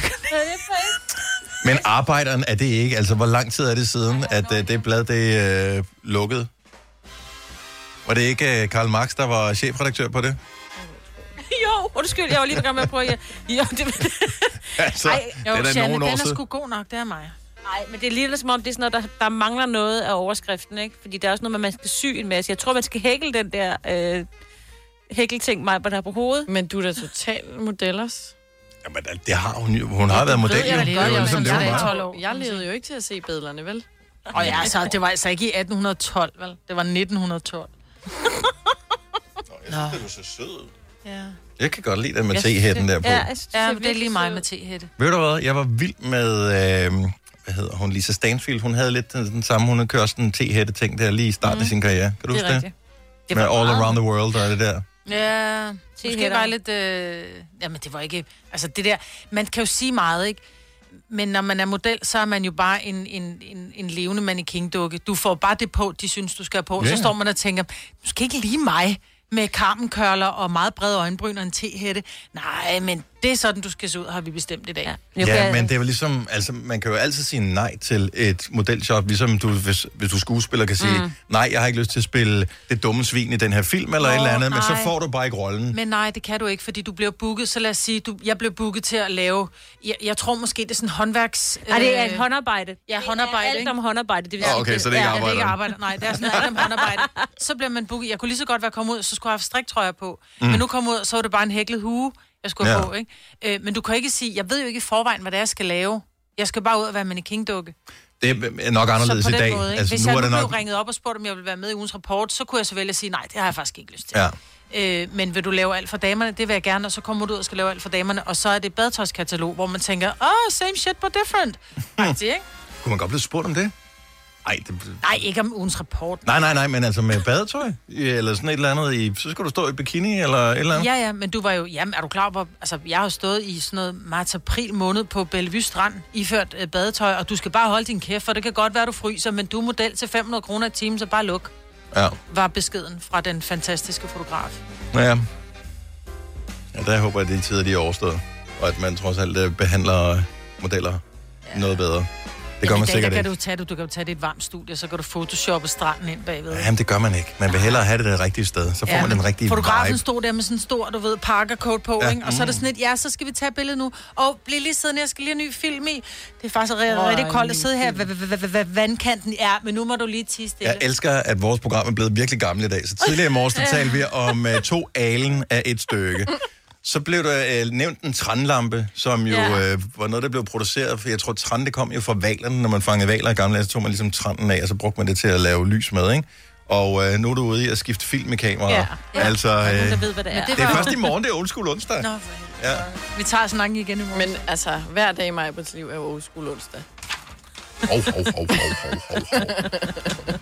S1: Men arbejderen er det ikke? Altså, hvor lang tid er det siden, at øh, det blad, det øh, lukkede? Var det ikke øh, Karl Marx, der var chefredaktør på det?
S4: jo, undskyld, jeg var lige på gang med at prøve at... Jo, det,
S1: Altså,
S4: Ej,
S1: det er da nogle år
S2: den er
S1: siden.
S2: sgu god nok, det er mig.
S4: Nej, men det er lige som om, det er sådan noget, der, der mangler noget af overskriften, ikke? Fordi der er også noget med, at man skal sy en masse. Jeg tror, man skal hækle den der øh, hækleting, mig, der er på hovedet.
S3: Men du er da total modellers.
S1: Jamen, det har hun jo. Hun har været model. jo. Det er jo ligesom det, hun var.
S3: altså. Jeg levede jo ikke til at se billederne, vel?
S2: Og ja, så, det var altså ikke i 1812, vel? Det var 1912.
S1: Jeg synes, det er så sød.
S2: Ja.
S1: Jeg kan godt lide den med tehætten der på.
S2: Ja, jeg synes, ja det er lige mig med tehætte.
S1: Ved du hvad, jeg var vild med, øh, hvad hedder hun, Lisa Stansfield. Hun havde lidt den, den samme, hun havde kørt sådan en T-hætte-ting der lige i starten mm. af sin karriere. Kan du huske det?
S2: Mhm. Det
S1: Med
S2: var
S1: All
S2: meget-
S1: Around the World og det der.
S2: Ja, måske
S4: hætter.
S2: bare lidt... Øh... Jamen, det var ikke... Altså, det der... Man kan jo sige meget, ikke? Men når man er model, så er man jo bare en, en, en, en levende mannequin-dukke. Du får bare det på, de synes, du skal have på.
S1: Ja,
S2: Yeah.
S1: ja.
S2: Så står man og tænker, du skal ikke lige mig med karmenkørler og meget brede øjenbryn og en tehætte. Nej, men det er sådan, du skal se ud, har vi bestemt i dag. Ja,
S1: Ja, men det var ligesom, altså man kan jo altid sige nej til et modeljob, ligesom du, hvis, hvis du er skuespiller kan sige, mm.
S2: Mm.
S1: nej, jeg har ikke lyst til at spille det dumme svin i den her film eller
S2: Nå,
S1: et eller andet, men så
S2: nej.
S1: får du bare ikke rollen.
S2: Men nej, det kan du ikke, fordi du bliver booket. Så lad os sige, du, jeg blev booket til at lave... Jeg, jeg tror måske, det er sådan håndværks...
S4: Nej, det er et
S2: øh,
S4: håndarbejde.
S2: Ja,
S4: Det er
S2: håndarbejde,
S4: alt
S2: ikke?
S4: om håndarbejde. Det vil
S1: Åh, okay, så det er ikke
S2: ja, det er ikke
S1: arbejderen.
S2: arbejder. Nej, det er sådan alt om håndarbejde. Så bliver man booket. Jeg kunne lige så godt være kommet ud, så skulle jeg have haft striktrøjer på.
S4: Mm.
S2: Mm. Men nu kom jeg ud, så var det bare en hæklet hue, jeg skulle have
S1: Ja.
S2: på, ikke? Øh, men du kan ikke sige, jeg ved jo ikke i forvejen, hvad det er, jeg skal lave. Jeg skal bare ud og være mannequin-dukke.
S1: Det er nok anderledes
S2: så på
S1: i
S2: den
S1: dag.
S2: Måde, ikke?
S1: altså,
S2: Hvis
S1: nu
S2: jeg
S1: er det
S2: nu
S1: nok...
S2: blev ringet op og spurgt, om jeg ville være med i ugens rapport, så kunne jeg så vælge at sige, nej, det har jeg faktisk ikke lyst til.
S1: Ja.
S2: Øh, men vil du lave alt for damerne? Det vil jeg gerne, og så kommer du ud og skal lave alt for damerne, og så er det et badetøjskatalog, hvor man tænker, oh, same shit, but different. Nej, det, ikke?
S1: Kunne man godt blive spurgt om det? Ej, det...
S2: nej, ikke om ugens rapport.
S1: Nej, nej, nej, men altså med badetøj, eller sådan et eller andet, i, så skulle du stå i bikini, eller et eller andet.
S2: Ja, ja, men du var jo... Jamen, er du klar på... Altså, jeg har jo stået i sådan noget marts-april måned på Bellevue Strand, iført øh, badetøj, og du skal bare holde din kæft, for det kan godt være, du fryser, men du er model til 500 kroner i timen, så bare luk,
S1: Ja.
S2: var beskeden fra den fantastiske fotograf.
S1: Nå Ja. ja der håber jeg, at de tider de er overstået, og at man trods alt øh, behandler modeller ja. noget bedre. Det gør
S2: Jamen,
S1: man
S2: i dag, der
S1: sikkert
S2: kan
S1: ikke.
S2: du, jo tage, det- du kan jo tage det i et varmt studie, og så kan du photoshoppe stranden ind bagved.
S1: Jamen, det gør man ikke. Man vil hellere have det det rigtige sted. Så får ja, man den rigtige
S2: Fotografen
S1: vibe.
S2: stod der med sådan en stor, du ved, parkercoat på,
S1: Ja. Mm.
S2: ja. ikke? Og så er det sådan et, ja, så skal vi tage billedet nu. Og bliv lige siddende, jeg skal lige have en ny film i. Det er faktisk
S4: Åh,
S2: r- rigtig
S4: en
S2: koldt
S4: ny
S2: at sidde her. Hvad- hvad- hvad- hvad- hvad- Vandkanten er, men nu må du lige tisse stille.
S1: Jeg elsker, at vores program er blevet virkelig gammelt i dag. Så tidligere i morges, der talte vi om uh, to alen af et stykke. Så blev der uh, nævnt en tranlampe, som jo
S2: Ja.
S1: ja. uh, var noget, der blev produceret. For jeg tror, tran det kom jo fra valerne. Når man fangede valer i gamle dage, så tog man ligesom tranen af, og så brugte man det til at lave lys med, ikke? Og uh, nu er du ude i at skifte film i kameraer. Ja. Ja. Altså,
S2: Der er nogen, der
S1: uh,
S2: ved, hvad det er. Men det
S1: det er
S2: var-
S1: først i morgen, det er old school onsdag.
S2: Nå,
S1: Ja.
S2: vi tager snakken igen i morgen.
S3: Men altså, hver dag i mig på liv er jo old school onsdag.
S1: Hov, hov, hov, hov, hov, hov, hov.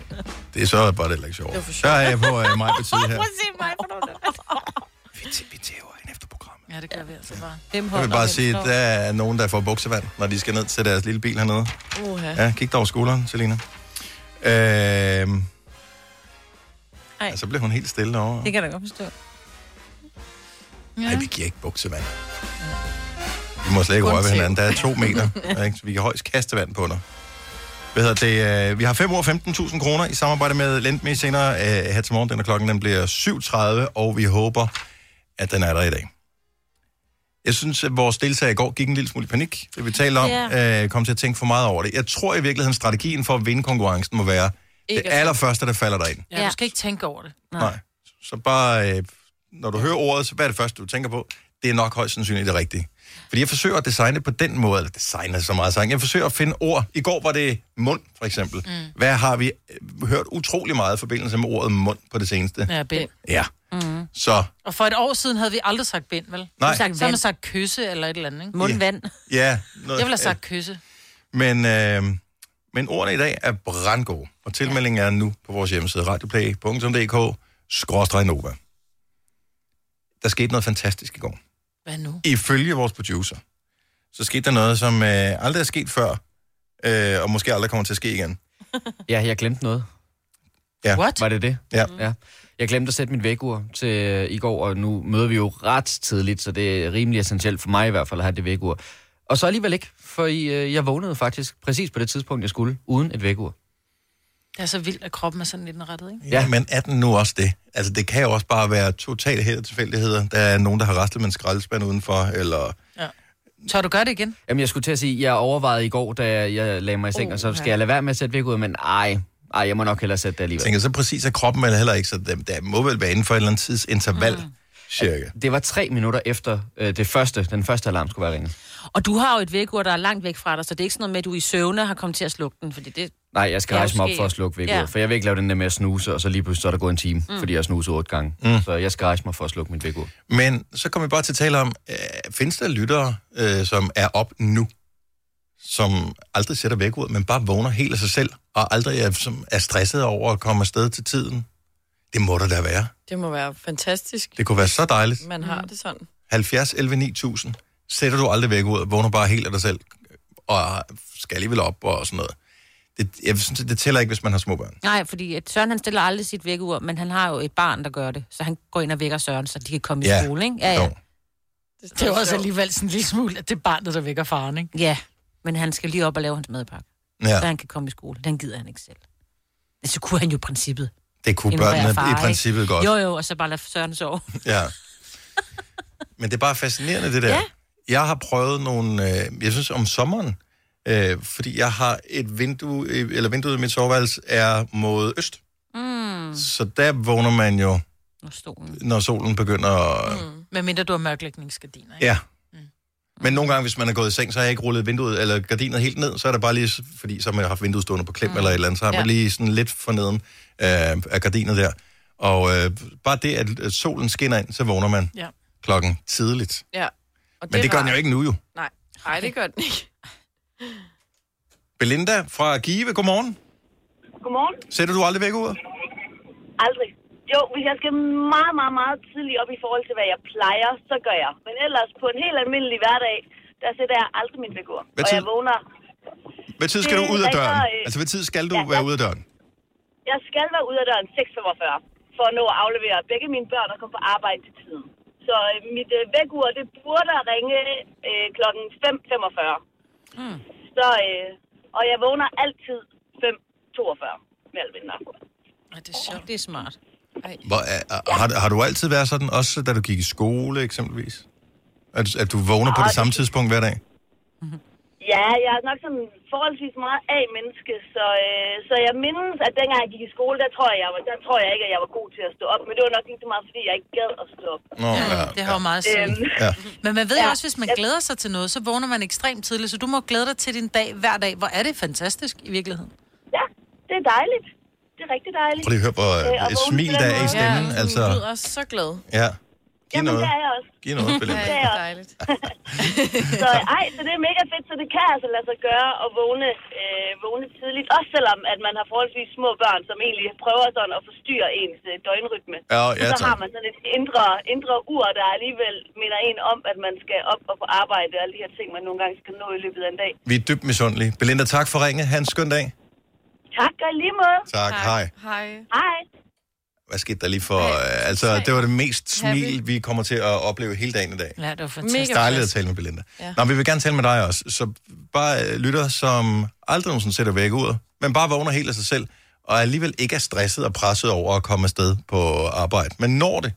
S1: Det er så bare det heller ikke sjovt. Der er jeg på uh, mig på tid her.
S2: se mig for noget. vi, t- vi tæver hende efter programmet. Ja, det gør vi altså bare. Hvem
S1: Jeg vil bare sige, at der er nogen, der får buksevand, når de skal ned til deres lille bil hernede.
S2: Uha.
S1: Ja, kig dig over skulderen, Selina. Øhm,
S4: Ej.
S1: ja, så blev hun helt stille over.
S4: Det kan jeg da godt forstå.
S1: Nej, vi giver ikke buksevand. Vi må slet ikke røre ved hinanden. Der er to meter. ikke? Så vi kan højst kaste vand på dig. Hvad hedder det? øh, Vi har 5 år 15.000 kroner i samarbejde med Lendme senere øh, her til morgen. Den er klokken den bliver 7.30, og vi håber, at den er der i dag. Jeg synes, at vores deltager i går gik en lille smule i panik, det vi talte om.
S11: Ja.
S1: Yeah. Øh, kom til at tænke for meget over det. Jeg tror i virkeligheden, strategien for at vinde konkurrencen må være
S2: Ikke
S1: det
S2: at-
S1: allerførste, der falder dig ind.
S2: Ja, du skal ikke tænke over det.
S1: Nej. Så bare, øh, når du hører ordet, så hvad er det første, du tænker på? Det er nok højst sandsynligt det rigtige. Fordi jeg forsøger at designe på den måde, eller designe er så meget sang. Jeg forsøger at finde ord. I går var det mund, for eksempel. Mm. Hvad har vi øh, hørt utrolig meget i forbindelse med ordet mund på det seneste?
S2: Ja, bind.
S1: Ja.
S2: Mm.
S1: Så,
S2: Og for et år siden havde vi aldrig sagt bind, vel?
S1: Nej.
S2: Så har
S1: vand.
S2: man sagt kysse eller et eller andet, ikke?
S1: Mundvand. ja.
S2: Jeg ville have sagt kysse.
S1: Men, øh, men ordene i dag er brandgode, og tilmeldingen er nu på vores hjemmeside radioplay.dk skråstreg Nova. Der skete noget fantastisk i går.
S2: Hvad nu?
S1: Ifølge vores producer, så skete der noget, som øh, aldrig er sket før, øh, og måske aldrig kommer til at ske igen.
S11: Ja, jeg glemte noget.
S1: Ja.
S11: What? Var det det?
S1: Ja.
S11: ja. Jeg glemte at sætte mit vækkeur til øh, i går, og nu møder vi jo ret tidligt, så det er rimelig essentielt for mig i hvert fald at have det vækkeur. Og så alligevel ikke, for øh, jeg vågnede faktisk præcis på det tidspunkt, jeg skulle, uden et vækkeur.
S2: Det er så vildt, at kroppen er sådan lidt indrettet, ikke?
S1: Ja. Men er den nu også det? Altså, det kan jo også bare være totalt held og tilfældigheder. Der er nogen, der har rastet med en skraldespand udenfor, eller...
S2: Ja. Tør du gøre det igen?
S11: Jamen, jeg skulle til at sige, jeg overvejede i går, da jeg lagde mig i seng, oh, og så skal jeg lade være med at sætte vækkeur, men ej, ej, jeg må nok hellere sætte det alligevel.
S1: Jeg tænker, så præcis er kroppen vel heller ikke, så det, der må vel være inden for et eller andet tidsinterval, mm. cirka.
S11: Altså, Det var tre minutter efter øh, det første, den første alarm skulle være ringet.
S4: Og du har jo et vækkeur, der er langt væk fra dig, så det er ikke sådan noget med, at du i søvne har kommet til at slukke den, fordi det...
S11: Nej, jeg skal
S4: Det er
S11: rejse
S4: jo
S11: mig op
S4: sket.
S11: for at slukke vækkeuret,
S4: Ja.
S11: ja. for jeg vil ikke lave den der med at snuse, og så lige pludselig så er der gået en time,
S4: Mm.
S11: mm. fordi jeg snusede otte gange. Mm. Så jeg skal rejse mig for at slukke mit vækkeur.
S1: Men så kommer vi bare til at tale om, øh, findes der lyttere, øh, som er op nu, som aldrig sætter væk ud, men bare vågner helt af sig selv, og aldrig er, som er stresset over at komme afsted til tiden? Det må der da være.
S3: Det må være fantastisk,
S1: Det kunne være så dejligt.
S3: man har
S2: Mm.
S3: det sådan.
S1: 70, 11, 9000. Sætter du aldrig væk ud, og vågner bare helt af dig selv, og skal alligevel op og sådan noget. Det, jeg synes, det tæller ikke, hvis man har små børn.
S4: Nej, fordi at Søren han stiller aldrig sit vækkeur, men han har jo et barn, der gør det. Så han går ind og vækker Søren, så de kan komme
S1: Ja.
S4: i skole, ikke? Ja, ja.
S1: Jo.
S2: Det er jo også alligevel sådan en lille smule, at det er barnet, der vækker faren, ikke?
S4: Ja, men han skal lige op og lave hans madpakke,
S1: Ja.
S4: ja. så han kan komme i skole. Den gider han ikke selv. Men så kunne han jo i princippet.
S1: Det kunne
S4: ignorere
S1: børnene i
S4: ikke?
S1: princippet godt.
S4: Jo, jo, og så bare lade Søren sove.
S1: Ja. Men det er bare fascinerende, det der. Ja. Jeg har prøvet nogle, øh, jeg synes om sommeren, øh, fordi jeg har et vindue, øh, eller vinduet i mit soveværelse er mod øst.
S2: Mm.
S1: Så der vågner man jo,
S4: Når stolen.
S1: når solen begynder at... Mm.
S2: Mm. Medmindre du har mørklægningsgardiner, ikke?
S1: Ja. Men nogle gange, hvis man er gået i seng, så har jeg ikke rullet vinduet eller gardinet helt ned, så er det bare lige, s- fordi så har man haft vinduet stående på klem mm. eller et eller andet, så har man
S2: Ja.
S1: lige sådan lidt forneden øh, af gardinet der. Og øh, bare det, at øh, solen skinner ind, så vågner man
S3: Ja.
S1: klokken tidligt.
S3: ja. Og
S1: Men det gør den
S3: rart.
S1: jo ikke nu, jo.
S3: Nej, Nej det gør den ikke.
S1: Belinda fra Give, godmorgen.
S12: Godmorgen.
S1: Sætter du aldrig væk ud?
S12: Aldrig. Jo, hvis jeg skal meget, meget, meget tidligt op i forhold til, hvad jeg plejer, så gør jeg. Men ellers på en helt almindelig hverdag, der sætter jeg aldrig min figur.
S1: Hvad
S12: Og
S1: tid?
S12: jeg vågner.
S1: Hvad tid skal
S12: Det
S1: du ud af
S12: ringer,
S1: døren?
S12: øh,
S1: Altså, hvad tid skal du
S12: ja,
S1: være
S12: ja.
S1: ude af døren?
S12: Jeg skal være ude af døren 6.45 for at nå at aflevere begge mine børn og komme på arbejde til tiden. Så øh, mit øh, vækkeur, det burde ringe øh, kl. 5.45.
S4: Hmm.
S7: Mm.
S12: Så, øh, og jeg vågner altid 5.42 med alvinder.
S4: Det er sjovt. Det er smart.
S1: Hvor, er, er, har, har du altid været sådan, også da du gik i skole eksempelvis? At, at du vågner på
S12: Ah,
S1: det
S12: det-
S1: samme tidspunkt hver dag?
S12: Ja, jeg er nok sådan forholdsvis meget af menneske, så, øh, så jeg mindes, at dengang jeg gik i skole, der tror jeg, jeg, var, der tror jeg ikke, at jeg var god til at stå op. Men det var nok lige så meget, fordi jeg ikke gad at stå op.
S1: Nå, ja.
S2: Det har jo meget at sige.
S1: Ja.
S2: Men man ved jo også, hvis man glæder sig til noget, så vågner man ekstremt tidligt, så du må glæde dig til din dag hver dag. Hvor er det fantastisk i virkeligheden.
S12: Ja, det er dejligt. Det er rigtig dejligt. Øh,
S1: Prøv lige at høre, hvor
S12: og
S1: et
S12: vågne
S1: smil
S12: på den
S1: der er i
S12: måde.
S1: stemmen. Ja, altså,
S3: Du lyder så glad.
S1: ja. Giv
S12: Jamen,
S1: noget.
S12: det er jeg også.
S1: Giv noget, Belinda.
S12: Det er jeg dejligt. så ej, så det er mega fedt, så det kan altså lade sig gøre at vågne, øh, vågne tidligt. Også selvom, at man har forholdsvis små børn, som egentlig prøver sådan at forstyrre ens øh, døgnrytme.
S1: Ja,
S12: Men
S1: ja,
S12: så
S1: tak.
S12: har man sådan et indre, indre ur, der alligevel minder en om, at man skal op og på arbejde og alle de her ting, man nogle gange skal nå i løbet af en dag.
S1: Vi er dybt misundelige. Belinda, tak for ringet. Ha' en skøn dag.
S12: Tak, og i lige måde.
S1: Tak, Tak. hej.
S12: Hej. Hej.
S1: Hvad skete der lige for... Øh, altså, det var det mest smil, vi kommer til at opleve hele dagen i dag.
S2: Ja, det var fantastisk.
S1: Fantastisk. Dejligt at tale med Belinda.
S2: Ja.
S1: Ja. Nå, vi vil gerne tale med dig også. Så bare øh, lytter, som aldrig nogensinde sætter væk ud, men bare vågner helt af sig selv, og alligevel ikke er stresset og presset over at komme afsted på arbejde. Men når det,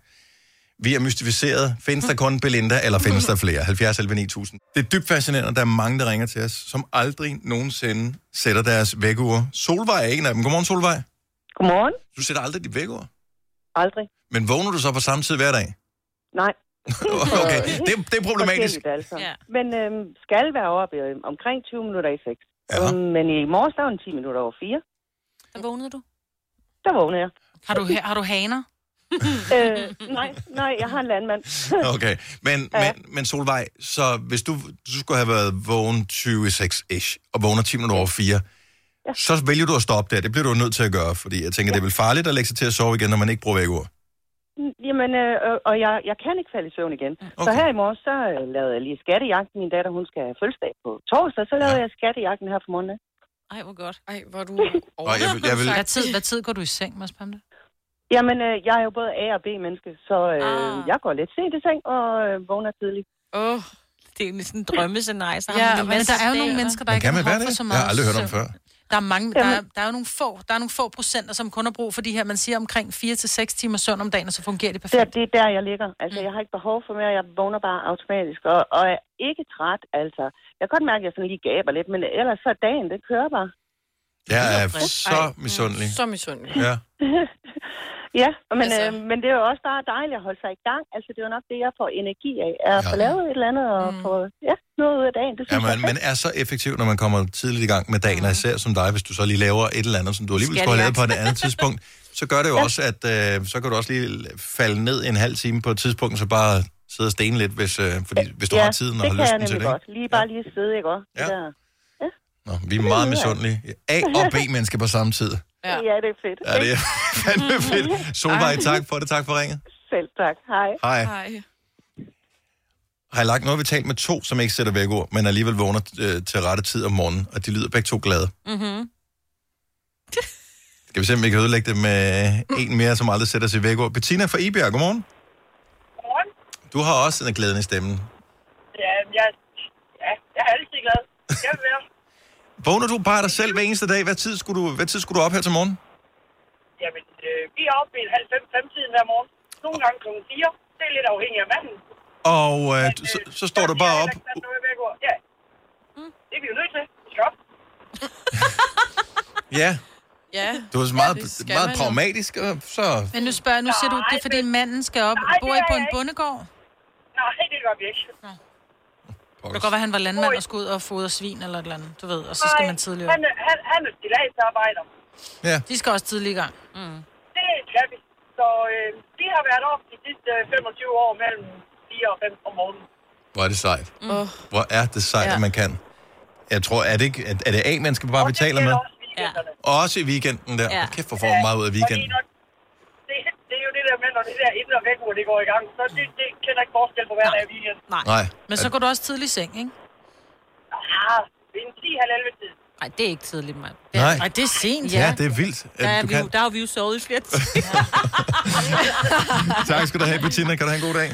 S1: vi er mystificeret. Findes der kun Belinda, eller findes der flere? 70 11 9000. Det er dybt fascinerende, at der er mange, der ringer til os, som aldrig nogensinde sætter deres vækkeure. Solvej er en af dem. Godmorgen, Solvej.
S13: Godmorgen.
S1: Du sætter aldrig dit vækkeure.
S13: Aldrig.
S1: Men vågner du så på samme tid hver dag?
S13: Nej.
S1: Okay, det, det er problematisk.
S13: Forskelligt, Altså. Ja. Men øhm, skal være oppe øhm, omkring 20 minutter i 6. Øhm, men i morges, der var den 10 minutter over 4.
S4: Der vågnede du?
S13: Der vågnede jeg.
S2: Har du, har du haner?
S13: øh, nej, nej, jeg har en landmand.
S1: Okay, men, ja. men, men Solvej, så hvis du, du skulle have været vågen 26-ish, og vågner 10 minutter over 4, ja. så vælger du at stoppe der. Det bliver du nødt til at gøre, fordi jeg tænker, ja. det er vel farligt at lægge sig til at sove igen, når man ikke bruger vækord.
S13: Jamen, øh, og- og jeg, jeg kan ikke falde i søvn igen. Okay. Så her i morges, så øh, lavede jeg lige skattejagten. Min datter, hun skal have fødselsdag på torsdag, så lavede ja. jeg skattejagten her for morgenen.
S4: Ej, hvor godt.
S3: Ej, hvor du
S1: Og jeg, vil- jeg vil,
S2: Hvad, tid, hvad tid går du i seng, Mads Pamte?
S13: Jamen, øh, jeg er jo både A- og B-menneske, så øh, ah. jeg går lidt sent i seng og øh, vågner tidligt.
S4: Åh, oh, det er egentlig sådan en drømmescenarie. Så har
S2: Ja,
S4: man en
S2: men
S4: masse
S2: der er jo
S4: idéer.
S2: nogle mennesker, der
S1: Men
S2: ikke
S1: kan
S2: har
S1: man
S2: behov
S1: være
S2: for
S1: det?
S2: så
S1: Jeg
S2: meget
S1: har aldrig hørt om
S2: søvn.
S1: før.
S2: Der er, mange, der, er,
S13: Jamen.
S2: der, er jo nogle få, der er nogle få procenter, som kun har brug for de her, man siger omkring 4-6 timer søvn om dagen, og så fungerer det
S13: Det,
S2: perfekt.
S13: er- det er der, jeg ligger.
S1: Mm.
S13: Altså, jeg har ikke behov for mere. Jeg vågner bare automatisk og, og er ikke træt, altså. Jeg kan godt mærke, at jeg sådan lige gaber lidt, men ellers så er dagen, det kører bare.
S1: jeg er
S13: frisk.
S1: så misundelig.
S3: Så misundelig.
S1: Ja.
S13: ja, men,
S3: Altså.
S13: altså. øh, men det er jo også bare dejligt at holde sig i gang. Altså, det er jo nok det, jeg får energi af. At ja. få lavet et eller andet og mm. få ja, noget ud af dagen. Det
S1: Ja,
S13: synes
S1: man, man er så effektiv, når man kommer tidligt i gang med dagen,
S13: Mhm.
S1: og især som dig, hvis du så lige laver et eller andet, som du alligevel skulle have lavet på et andet tidspunkt, så gør det jo også, at øh, så kan du også lige falde ned en halv time på et tidspunkt, så bare sidde og stene lidt, hvis, øh, fordi, hvis du
S13: ja,
S1: har tiden og
S13: det
S1: har
S13: kan jeg
S1: lysten til
S13: nemlig
S1: det. ikke?
S13: godt. Lige bare lige sidde, ikke også? Ja. Der.
S1: Nå, vi er meget misundelige. A og B-mennesker på samme tid.
S13: Ja. ja, det er fedt.
S1: Ja, det er fandme
S14: Mm-hmm.
S1: fedt. Solvej, tak for det. Tak for ringet.
S13: Selv tak. Hej.
S1: Hej. Har jeg lagt noget, vi talt med to, som ikke sætter væk ord, men alligevel vågner øh, til rette tid om morgenen, og de lyder begge to glade.
S4: Mm-hmm.
S1: Skal vi se, om vi kan ødelægge det med en mere, som aldrig sætter sig væk ord. Bettina fra Ibjerg, godmorgen.
S14: Godmorgen.
S1: Du har også en glæden i stemmen.
S14: Ja, jeg, ja, jeg er altid glad. Jeg vil være.
S1: Vågner du bare dig selv hver eneste dag? Hvad tid skulle du, hvad tid skulle du op her til morgen?
S14: Jamen, øh, vi er oppe i en halv fem, fem tiden hver morgen. Nogle gange klokken fire. Det er lidt afhængig af manden.
S1: Og øh, du- så, så står du bare op.
S14: Der er noget væk over. Ja.
S2: Mm.
S14: Det er vi jo nødt til. Vi skal op.
S1: Ja,
S3: Ja.
S1: du er så
S3: det
S1: meget,
S3: skal
S1: meget
S3: man jo.
S1: pragmatisk, og så...
S2: Men nu spørger nu siger du, det er fordi manden skal op.
S14: Nej,
S2: Bor
S14: det
S2: I
S14: er
S2: på
S14: jeg
S2: en
S14: ikke.
S2: bondegård?
S14: Nej, det gør vi ikke.
S2: Det kan godt være, han var landmand og skulle ud og fodre svin eller et eller andet, du ved, og så skal man tidligere.
S14: Han, er- han, han er stilagsarbejder.
S1: Ja.
S2: De skal også tidligere i gang.
S3: Mm.
S14: Det skal vi. Så øh, vi har været op de sidste øh, 25 år mellem 4 og 5 om morgenen.
S1: Hvor er det sejt.
S14: Mm. Oh.
S1: Hvor er det sejt,
S14: Ja.
S1: at man kan. Jeg tror, er det, ikke, er, er det A, man skal bare betale med?
S14: Ja.
S1: Også i weekenden der. Ja. Kæft, hvor får man meget ud af weekenden.
S14: Fordi når, det, det er jo det der med, når det der ind- og vækord, det går i gang, så det, det kender ikke forskel på hver dag i weekenden.
S1: Nej.
S2: Men så går du også tidlig i seng, ikke?
S14: Ah, det er en 10-11 tid.
S4: Nej, det er ikke tidligt, mand.
S1: Nej.
S2: Ej, det er sent.
S1: Ja, det er vildt. at
S4: Der, er
S1: du
S4: vi,
S1: kan.
S4: jo- der har vi jo sovet i flere timer.
S1: Tak skal du have, Bettina. Kan du have en god dag?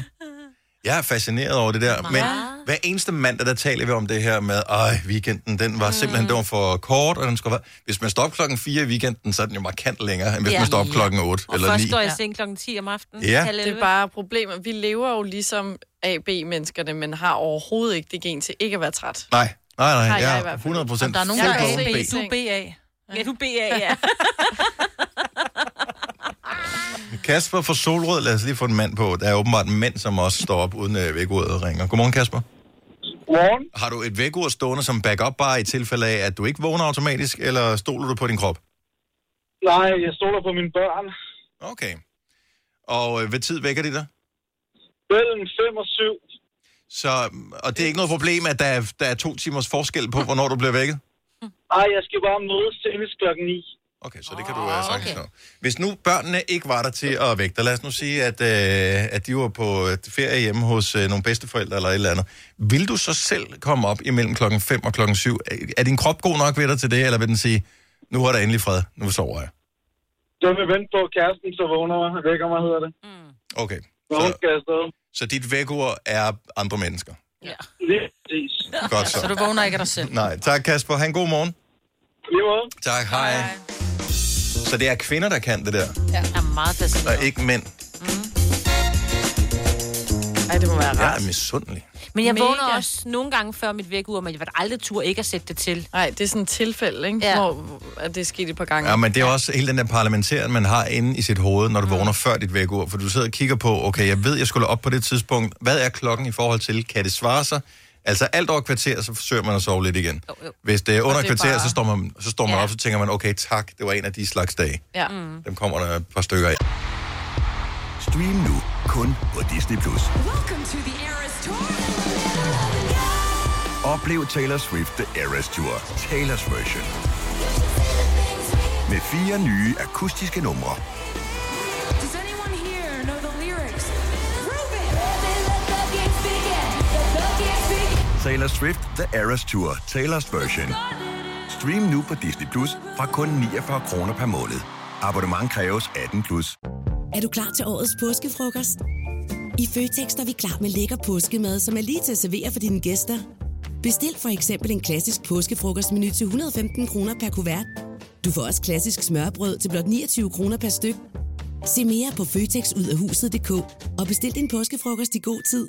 S1: Jeg er fascineret over det der, men
S5: Meget.
S1: hver eneste mandag, der taler vi om det her med, ej, weekenden, den var simpelthen, den var for kort, og den skulle være... Hvis man står op klokken 4 i weekenden, så er den jo markant længere, end hvis
S4: Ja.
S1: man står op
S4: Ja.
S1: klokken 8
S4: Og
S1: eller
S4: først
S1: 9.
S4: går jeg i seng klokken 10 om aftenen.
S1: Ja.
S4: halv
S3: Det er
S4: 11.
S3: bare problemer. Vi lever jo ligesom AB-menneskerne, men har overhovedet ikke det gen til ikke at være træt.
S1: Nej, nej,
S3: Har
S1: nej,
S3: jeg i
S1: jeg
S3: hvert
S1: er
S3: fald.
S1: 100 procent
S3: Og der er nogen, der er
S1: B.
S3: B.
S2: Du er BA.
S4: Ja, du er BA, ja.
S1: Kasper fra Solrød, lad os lige få en mand på. Der er åbenbart mænd, som også står op uden øh, vækkeordet og ringer. Godmorgen, Kasper.
S14: Godmorgen.
S1: Har du et vækord stående som backup bare i tilfælde af, at du ikke vågner automatisk, eller stoler du på din krop?
S15: Nej, jeg stoler på mine børn.
S1: Okay. Og øh, hvad tid vækker de dig?
S15: Mellem 5 og 7.
S1: Så, og det er ikke noget problem, at der er, der er to timers forskel på, hvornår du bliver vækket?
S15: Ej, jeg skal bare mødes senest klokken 9.
S1: Okay, så det kan du oh, sagtens okay. nå. Hvis nu børnene ikke var der til at vække dig, lad os nu sige, at, øh, at de var på øh, ferie hjemme hos øh, nogle bedsteforældre eller et eller andet. Vil du så selv komme op imellem klokken 5 og klokken 7? Er, er din krop god nok ved dig til det, eller vil den sige, nu er der endelig fred, nu sover jeg?
S15: Så vil vente på kæresten, så vågner mig. Vækker mig, hedder det.
S1: Okay,
S15: Når hun skal afsted.
S1: så dit vækord er andre mennesker.
S2: Ja.
S15: Lige præcis.
S1: Godt så.
S2: Så du vågner ikke af dig selv.
S1: Nej, tak Kasper. Ha' en god morgen.
S15: Jo.
S1: Tak, hej. hej. Så det er kvinder, der kan det der,
S4: Ja. Jeg er meget Mm. fascineret.
S1: og ikke mænd.
S3: Ej, det må være
S1: Jeg er misundelig.
S4: Men jeg
S3: Mega.
S4: vågner også nogle gange før mit vækkeur, men jeg var aldrig tur ikke at sætte det til.
S3: Nej, det er sådan et tilfælde, ikke? Ja. Hvor at det er sket et par gange.
S1: Ja, men det er jo også hele den der parlamentering, man har inde i sit hoved,
S4: Mm.
S1: når du vågner før dit vækord. For du sidder og kigger på, okay, jeg ved, jeg skulle op på det tidspunkt. Hvad er klokken i forhold til? Kan det svare sig? Altså alt over et kvarter, så forsøger man at sove lidt igen.
S4: Jo, jo.
S1: Hvis det er
S4: Og
S1: under
S4: det
S1: et
S4: er
S1: kvarter,
S4: bare-
S1: så står man, så står man
S4: Ja.
S1: op, så tænker man, okay, tak, det var en af de slags dage.
S3: Ja.
S4: Mm.
S1: Dem kommer der et par stykker af.
S5: Stream nu kun på Disney+. Plus.
S7: Welcome to the Eras Tour.
S5: Oplev Taylor Swift The Eras Tour, Taylor's version. Med fire nye akustiske numre.
S7: Does anyone here know the
S16: Taylor Swift The Eras Tour, Taylor's version. Stream nu på Disney Plus fra kun 49 kroner per måned. Abonnement kræves 18 plus.
S9: Er du klar til årets påskefrokost? I Føtex er vi klar med lækker påskemad, som er lige til at servere for dine gæster. Bestil for eksempel en klassisk påskefrokostmenu til 115 kroner per kuvert. Du får også klassisk smørbrød til blot 29 kroner per styk. Se mere på føtexudafhuset.dk og bestil din påskefrokost i god tid.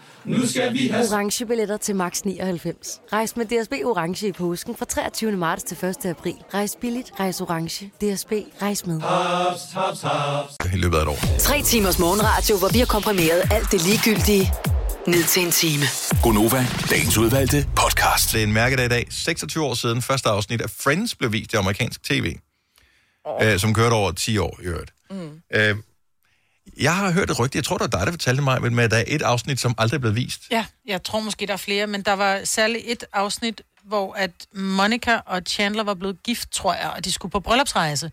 S17: Nu skal vi have...
S18: orange billetter til max 99. Rejs med DSB orange i påsken fra 23. marts til 1. april. Rejs billigt, rejs orange. DSB rejs med.
S17: Haps, haps, haps.
S1: I løbet af et år.
S6: Tre timers morgenradio, hvor vi har komprimeret alt det ligegyldige ned til en time.
S1: Gonova, dagens udvalgte podcast. Det er en mærkedag i dag. 26 år siden første afsnit af Friends blev vist i amerikansk tv, oh. øh, som kørte over 10 år i øvrigt. Mm. Øh, jeg har hørt et rygte, jeg tror, det var dig, der fortalte mig, men at der er et afsnit, som aldrig er blevet vist.
S2: Ja, jeg tror måske, der er flere, men der var særligt et afsnit, hvor at Monica og Chandler var blevet gift, tror jeg, og de skulle på bryllupsrejse.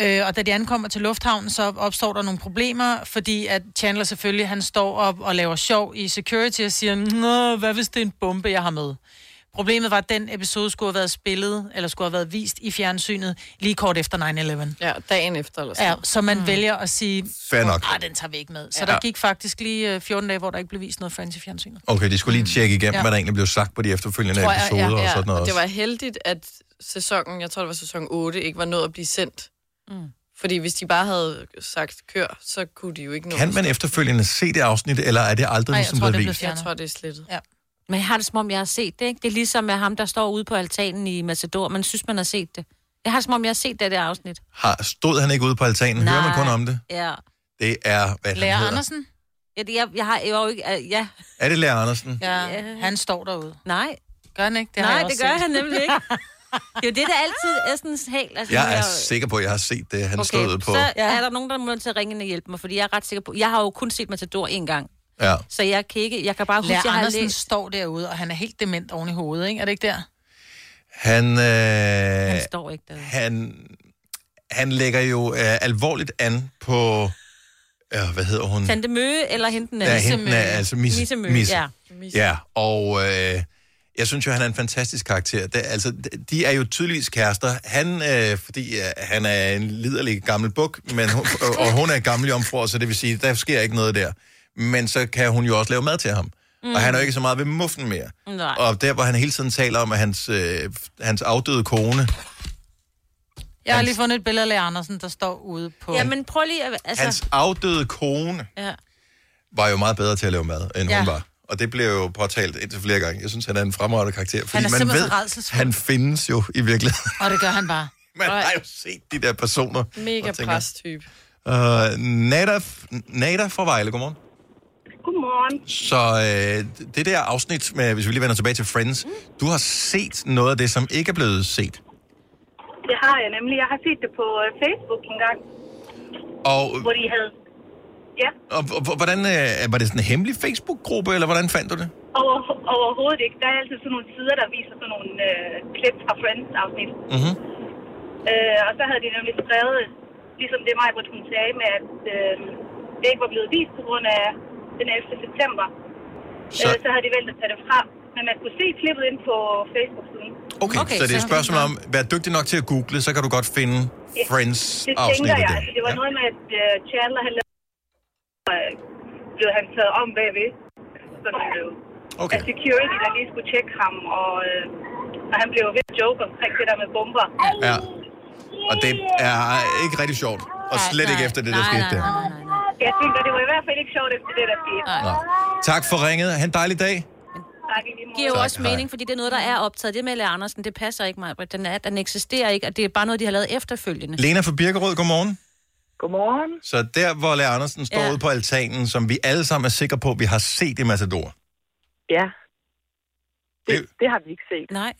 S2: Øh, og da de ankommer til lufthavnen, så opstår der nogle problemer, fordi at Chandler selvfølgelig, han står op og laver sjov i security og siger, Nå, hvad hvis det er en bombe, jeg har med? Problemet var, at den episode skulle have været spillet, eller skulle have været vist i fjernsynet, lige kort efter 9-11.
S3: Ja, dagen efter eller sådan.
S2: Ja, så man mm. vælger at sige,
S1: Fair nok.
S2: "Åh, den tager vi ikke med. Så
S1: Ja.
S2: ja. der gik faktisk lige øh, 14 dage, hvor der ikke blev vist noget Friends i fjernsynet.
S1: Okay, de skulle lige tjekke igennem,
S2: Ja.
S1: ja. hvad der egentlig blev sagt på de efterfølgende
S2: Tror jeg,
S1: episoder jeg, ja, og sådan noget.
S3: Og det
S1: også.
S3: var heldigt, at sæsonen, jeg tror det var sæson 8, ikke var nået at blive sendt. Mm. Fordi hvis de bare havde sagt kør, så kunne de jo ikke nå
S1: Kan man efterfølgende se det afsnit, eller er det aldrig sådan blevet vist?
S3: Jeg tror, det er slettet.
S2: Ja.
S4: Men jeg har det som om, jeg har set det, ikke? Det er ligesom med ham, der står ude på altanen i Macedor. Man synes, man har set det. Jeg har det som om, jeg har set det der afsnit.
S1: Har, stod han ikke ude på altanen? Nej. Hører man kun om det?
S4: Ja.
S1: Det er, hvad Lærer han hedder. Andersen?
S4: Ja, det, jeg, jeg har jeg var jo ikke... øh, Ja.
S1: Er det Lærer Andersen?
S2: Ja, han står derude.
S4: Nej.
S2: Gør han ikke? Det har
S4: Nej,
S2: jeg også
S4: det gør
S2: set.
S4: han nemlig ikke. Det er jo det, der altid er sådan helt... Altså,
S1: Jeg er sikker på, at jeg har set det, han okay, stod ude på.
S4: så er der nogen, der må til at ringe ind og hjælpe mig, fordi jeg er ret sikker på... Jeg har jo kun set Matador en gang,
S1: Ja.
S4: så jeg kan ikke... Jeg kan bare huske,
S2: Lær
S4: jeg har
S2: Andersen
S4: læst...
S2: står derude, og han er helt dement oven i hovedet, ikke? Er det ikke der?
S1: Han, øh,
S4: Han står ikke der.
S1: han, han lægger jo øh, alvorligt an på, øh, hvad hedder hun?
S4: Tante Møge eller hende den
S1: Ja, hende den er- altså Misse-
S4: Misse Møge,
S1: Misse.
S4: ja.
S1: Ja, og øh, jeg synes jo, han er en fantastisk karakter. Det, altså, de er jo tydeligvis kærester. Han, øh, fordi øh, han er en liderlig gammel buk, men hun, og, og hun er en gammel jomfru, så det vil sige, der sker ikke noget der. Men så kan hun jo også lave mad til ham. Mm. Og han er jo ikke så meget ved muffen mere.
S4: Nej.
S1: Og der, hvor han hele tiden taler om, at hans, øh, hans afdøde kone,
S2: Jeg har lige fundet et billede af Lær Andersen, der står ude på...
S4: Jamen prøv lige at...
S1: altså... hans afdøde kone,
S4: Ja.
S1: var jo meget bedre til at lave mad, end ja.
S2: Ja.
S1: hun var. Og det blev jo påtalt indtil flere gange. Jeg synes, han er en fremragende karakter. Fordi
S2: er
S1: man
S2: simpelthen
S1: ved,
S2: så rædselsfuld.
S1: han findes jo i virkeligheden.
S2: Og det gør han bare.
S1: Man har jo set de der personer.
S3: Mega
S1: Og tænker-
S3: præst-type.
S1: Uh, Nada, Nada fra Vejle, godmorgen.
S19: Godmorgen.
S1: Så øh, det der afsnit, med, hvis vi lige vender tilbage til Friends, mm. du har set noget af det, som ikke er blevet set.
S19: Det har jeg nemlig. Jeg har set det på øh, Facebook en gang,
S1: Og,
S19: hvor de havde... Ja,
S1: og, og hvordan, øh, var det sådan en hemmelig Facebook-gruppe, eller hvordan fandt du det?
S19: over, overhovedet ikke. Der er altid sådan nogle sider, der viser sådan nogle øh, klip fra Friends-afsnit.
S1: Mm-hmm.
S19: Øh, og så havde de nemlig skrevet, ligesom det mig, hun sagde med, at øh, det ikke var blevet vist på grund af den 11. september. Så,
S1: Så-
S19: øh, så havde de valgt at tage det fra. Men man kunne se klippet ind på Facebook-siden.
S1: Okay, okay, så det er et spørgsmål om, vær dygtig nok til at google, så kan du godt finde
S19: Det tænker
S1: Friends-afsnittet
S19: jeg.
S1: der.
S19: Altså, det var ja. noget med, at uh, Chandler han lavede, øh, blev han taget om bagved. Sådan blev
S1: okay.
S19: af security, der lige skulle tjekke ham, og, øh, og han blev jo ved at joke omkring det der med bomber.
S1: Ja. Og det er ikke rigtig sjovt. Og slet ikke efter det, der skete der.
S19: Jeg tænker, det var i hvert fald ikke sjovt efter det, der skete.
S1: Nå. Tak for ringet. Ha' en dejlig dag.
S4: Det giver jo
S1: Tak,
S4: også
S1: hej.
S4: mening, fordi det er noget, der er optaget. Det med Lea Andersen, det passer ikke mig, Britt. Den, er, den eksisterer ikke, og det er bare noget, de har lavet efterfølgende.
S1: Lena fra Birkerød, godmorgen.
S20: Godmorgen.
S1: Så der, hvor Lea Andersen står ja. ude på altanen, som vi alle sammen er sikre på, vi har set i Matador.
S20: Ja. Det, det har vi ikke set.
S4: Nej.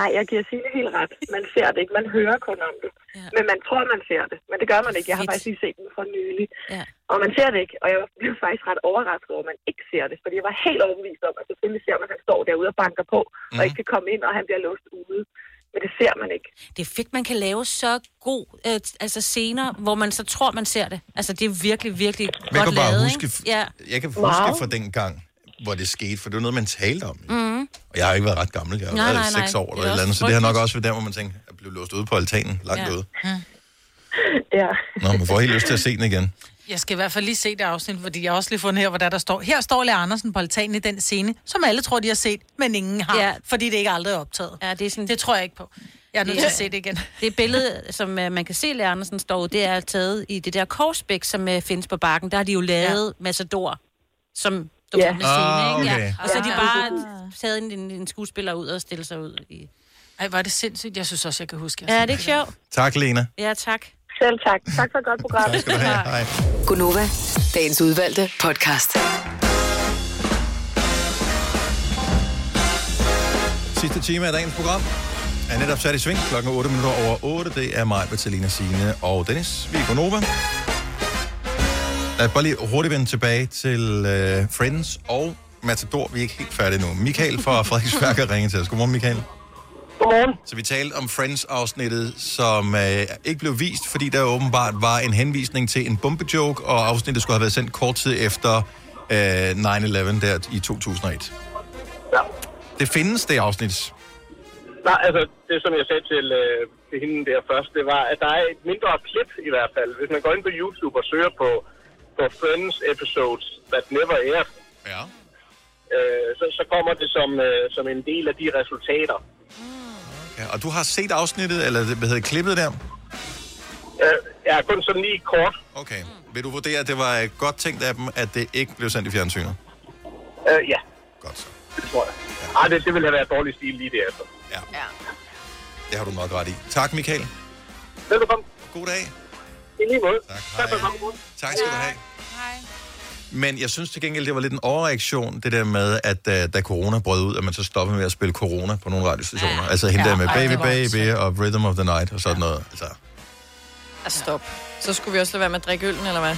S14: Nej, jeg giver Signe helt ret. Man ser det ikke, man hører kun om det. Ja. Men man tror, man ser det. Men det gør man ikke. Jeg har faktisk lige set den for nylig.
S4: Ja.
S14: Og man ser det ikke, og jeg blev faktisk ret overrasket over, at man ikke ser det. Fordi jeg var helt overbevist om, at selvfølgelig ser man, at han står derude og banker på, mm. og ikke kan komme ind, og han bliver låst ude. Men det ser man ikke.
S4: Det er fedt, man kan lave så god øh, altså scener, hvor man så tror, man ser det. Altså, det er virkelig, virkelig
S1: Jeg
S4: godt
S1: kan
S4: lavet,
S1: bare huske,
S4: ikke? Ja.
S1: jeg kan huske wow. fra den gang, hvor det skete, for det var noget, man talte om.
S4: Mm.
S1: Og jeg har ikke været ret gammel, jeg har
S4: Nej,
S1: været
S4: nej, nej.
S1: 6 år
S4: Det
S1: eller
S4: er
S1: et eller
S4: også
S1: andet, så det har nok også været der, hvor man tænkte, jeg blev låst ude på altanen, langt ja. ude.
S14: Ja.
S1: Nå, man får helt lyst til at se den igen.
S2: Jeg skal i hvert fald lige se det afsnit, fordi jeg har også lige fundet her, hvor der, der står. Her står Lea Andersen på altanen i den scene, som alle tror, de har set, men ingen har, ja. fordi det ikke aldrig er optaget.
S4: Ja, det, er sådan,
S2: det tror jeg ikke på. Jeg er nødt til at se det igen.
S4: Det billede, som uh, man kan se, Lea Andersen står, det er taget i det der korsbæk, som uh, findes på bakken. Der har de jo lavet ja. Matador, som du
S2: Ja.
S4: yeah. med scene,
S2: Ah,
S4: ikke?
S2: okay.
S4: Ja. Og så
S2: Ja.
S4: har de bare taget en, en, en skuespiller ud og stillet sig ud. I...
S2: Ej, var det sindssygt. Jeg synes også, jeg kan huske.
S4: Ja, er det ikke sjovt?
S1: Tak, Lena.
S4: Ja, tak.
S14: Selv tak. Tak for et godt program.
S1: Tak skal du have. Hej.
S6: Gunova, dagens udvalgte podcast.
S1: Sidste time af dagens program er netop sat i sving klokken 8 minutter over 8. Det er mig, Bertalina Signe og Dennis. Vi er på Nova. Lad os bare lige hurtigt vende tilbage til uh, Friends og Matador. Vi er ikke helt færdige nu. Michael fra Frederiksværk har ringet til os. Godmorgen, Michael.
S20: Godmorgen.
S1: Så vi talte om Friends-afsnittet, som øh, ikke blev vist, fordi der åbenbart var en henvisning til en bombejoke, og afsnittet skulle have været sendt kort tid efter øh, 9-11 der i 2001.
S20: Ja.
S1: Det findes, det afsnit.
S20: Nej, altså, det som jeg sagde til, øh, til hende der først, det var, at der er et mindre klip i hvert fald. Hvis man går ind på YouTube og søger på, på Friends episodes that never aired,
S1: ja.
S20: øh, så, så kommer det som, øh, som en del af de resultater.
S1: Ja, og du har set afsnittet, eller det- hvad hedder det, klippet der?
S20: Øh, jeg er kun sådan lige kort.
S1: Okay. Vil du vurdere, at det var øh, godt tænkt af dem, at det ikke blev sendt i fjernsynet?
S20: Øh, ja. Godt så. Det tror jeg. Ej, det, det ville have været dårlig stil lige altså. derefter.
S1: Ja. ja. Det har du nok ret i. Tak, Michael.
S20: Velkommen.
S1: God dag.
S20: I lige måde.
S1: Tak,
S20: tak for
S1: Tak skal du have. Men jeg synes til gengæld, det var lidt en overreaktion, det der med, at da, da corona brød ud, at man så stoppede med at spille corona på nogle radiostationer. Ja. Altså hende
S3: Ja,
S1: der med
S3: ej, det
S1: Baby
S3: var
S1: Baby og Rhythm of the Night og sådan noget. Altså,
S3: Altså, stop. Så skulle vi også lade være med at drikke øllen, eller hvad?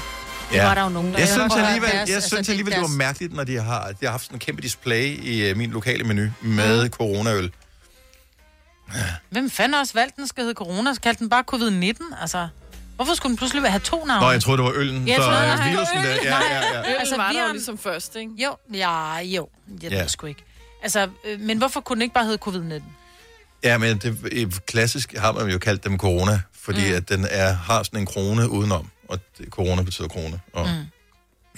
S1: ja.
S3: var der jo nogen, der-
S1: jeg synes
S3: Prøv at høre,
S1: alligevel,
S3: deres-
S1: jeg
S3: altså,
S1: synes
S3: det er
S1: alligevel, det var
S3: deres-
S1: mærkeligt, når de har, de har haft sådan en kæmpe display i øh, min lokale menu
S3: Mm.
S1: med coronaøl.
S2: Hvem fanden har også valgt den, skal hedde corona, så kaldte den bare covid-19? Altså, hvorfor skulle den pludselig have to navne?
S1: Nå, jeg troede, det var øllen,
S2: Jeg
S1: der
S2: troede, det
S1: er
S2: var
S1: virusen der. Ja, ja, ja.
S3: Øl altså, var
S2: vi
S3: der jo
S2: har-
S3: ligesom først, ikke?
S2: Jo, ja, jo. Jeg
S1: Ja.
S2: ved sgu ikke. Altså, øh, men hvorfor kunne den ikke bare hedde covid-19?
S1: Ja, men det, i- klassisk har man jo kaldt dem corona, fordi mm. at den er, har sådan en krone udenom, og det, corona betyder krone, og mm.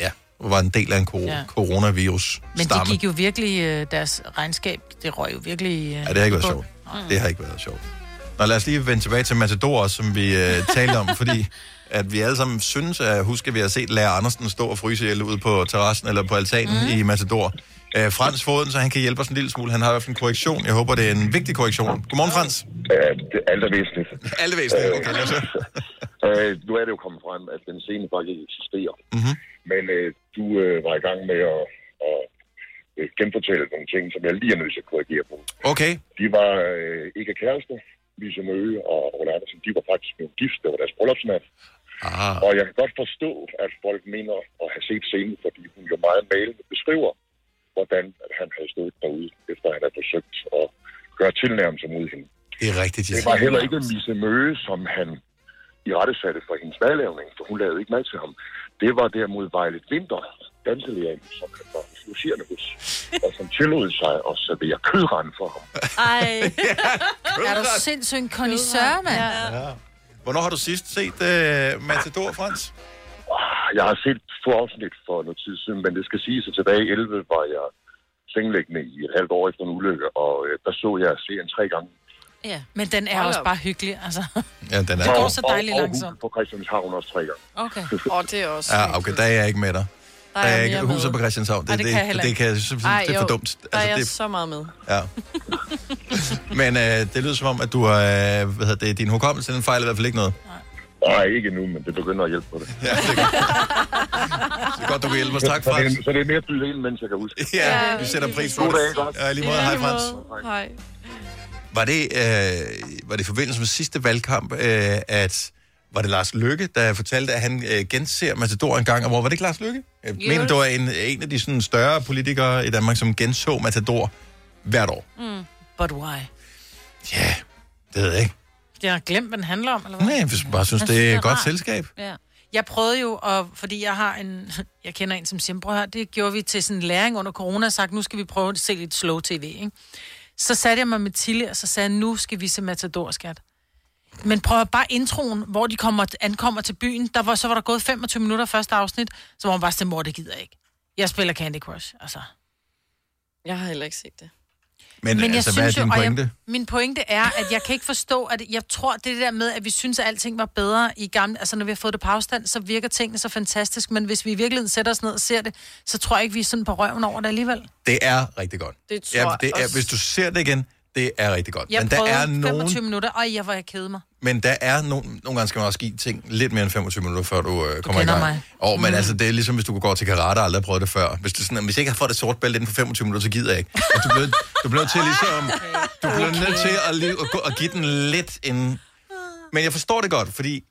S1: ja, var en del af en kor-
S2: Ja.
S1: ja. coronavirus
S2: Men
S1: stamme.
S2: de gik jo virkelig, øh, deres regnskab, det røg jo virkelig... Øh,
S1: Ja, det har ikke været sjovt. Det har ikke været sjovt. Nå, lad os lige vende tilbage til Matador, også, som vi øh, talte om, fordi at vi alle sammen synes, at huske, at vi har set Lærer Andersen stå og fryse ihjel ude på terrassen eller på altanen mm. i Matador. Øh, Frans Foden, så han kan hjælpe os en lille smule. Han har i hvert fald en korrektion. Jeg håber, det er en vigtig korrektion. Godmorgen, Frans.
S21: Ja, det er alt er væsentligt.
S1: Alt er væsentligt, okay.
S21: Øh, nu er det jo kommet frem, at den scene faktisk ikke eksisterer.
S1: Mm-hmm.
S21: Men øh, du øh, var i gang med at, at øh, genfortælle nogle ting, som jeg lige er nødt til at korrigere på.
S1: Okay.
S21: De var øh, ikke kærester, Lise Møge og Ole Andersen. De var faktisk blevet gift. Det var deres bryllupsnat.
S1: Ah.
S21: Og jeg kan godt forstå, at folk mener at have set scenen, fordi hun jo meget malende beskriver, hvordan at han havde stået derude, efter han havde forsøgt at gøre tilnærmelser mod hende.
S1: Det er rigtigt,
S21: Det var heller ikke Misse Møge, som han i rette satte for hendes madlavning, for hun lavede ikke mad til ham. Det var derimod Vejlet Vinter, danselæreren, som han var logerende hos, og som tillod sig at servere kødrende for ham.
S2: Ej. er du sindssygt en kondisør, mand? Ja.
S1: Ja. Hvornår har du sidst set øh, Matador, Frans?
S21: Ah, Jeg har set få afsnit for noget tid siden, men det skal siges, at tilbage i 11 var jeg sengeliggende i et halvt år efter en ulykke, og øh, der så jeg serien tre gange.
S2: ja. Men den er
S21: Hold
S2: også
S21: op.
S2: bare hyggelig, altså.
S1: Ja, den
S2: Det går så dejligt
S21: og, og,
S2: langsomt.
S21: Og huset på Christianshavn også tre gange.
S2: Okay.
S3: Åh, oh, det er også...
S1: Ja, okay, der er jeg ikke med dig. Der
S3: jeg
S1: er jeg
S3: mere
S1: ikke
S3: med.
S1: huset på Christianshavn.
S3: Ej,
S1: Det, det,
S3: jeg
S1: det,
S3: heller
S1: det,
S3: ikke.
S1: kan jeg synes,
S3: Ej,
S1: det er for
S3: jo,
S1: dumt. Altså,
S3: Der er jeg
S1: det,
S3: så meget med.
S1: ja. Men øh, det lyder som om, at du har, øh, hvad hedder det, din hukommelse, den fejler i hvert fald ikke noget.
S21: Nej, ikke nu, men det begynder at hjælpe på det.
S1: Ja, det er godt. det er godt, du kan hjælpe os. Tak,
S21: Så det,
S1: Frans.
S21: er- så det er mere at byde ind, mens jeg kan huske.
S1: Ja, vi sætter pris på
S21: God
S1: det.
S21: dag, godt.
S1: Ja, i lige måde. Hej, Frans.
S3: Hej.
S1: Var det, øh, var det i forbindelse med sidste valgkamp, øh, at var det Lars Lykke, der fortalte, at han øh, genser Matador en gang om året? Var det ikke Lars Lykke? Jeg
S8: Jo.
S1: mener, du er en, en af de sådan, større politikere i Danmark, som genså Matador hvert år.
S2: Mm. But why?
S1: Det ved jeg ikke.
S2: Jeg har glemt, hvad den handler om, eller hvad?
S1: Nej, jeg synes- bare synes,
S2: Jeg
S1: det er
S2: den
S1: et godt
S2: rar.
S1: selskab.
S2: Ja. Jeg prøvede jo, og, fordi jeg har en... Jeg kender en som siger, "Prøv at høre, det gjorde vi til sådan en læring under corona, og sagt, nu skal vi prøve at se lidt slow tv, ikke? Så satte jeg mig med Tilly, og så sagde jeg, nu skal vi se Matador, skat. Men prøv at høre, bare introen, hvor de kommer, ankommer til byen, der var, så var der gået 25 minutter første afsnit, så var hun bare sådan, mor, det gider jeg ikke. Jeg spiller Candy Crush, altså.
S3: Jeg har heller ikke set det.
S1: Men, Men altså, hvad er din
S2: og
S1: pointe?
S2: Jeg, min pointe er, at jeg kan ikke forstå, at jeg tror, det der med, at vi synes, at alting var bedre i gamle... Altså, når vi har fået det på afstand, så virker tingene så fantastisk, men hvis vi i virkeligheden sætter os ned og ser det, så tror jeg ikke, vi er sådan på røven over det alligevel.
S1: Det er rigtig godt.
S2: Det tror jeg
S1: det er,
S2: også.
S1: Hvis du ser det igen, det er rigtig godt.
S2: Jeg
S1: men der er
S2: 25
S1: nogen,
S2: minutter. Ej, jeg var jeg kede mig.
S1: men der er nogen, nogle gange skal man også give ting lidt mere end 25 minutter, før du øh, kommer i
S2: kender
S1: gang.
S2: mig.
S1: Og, men
S2: Mm.
S1: altså, det er ligesom, hvis du går til karate og aldrig har prøvet det før. Hvis, det er sådan, at hvis jeg ikke har fået det sort bælte inden for 25 minutter, så gider jeg ikke. Og du bliver, du bliver til ligesom... Du bliver nødt til at, lige, at, gå- at give den lidt en... Men jeg forstår det godt, fordi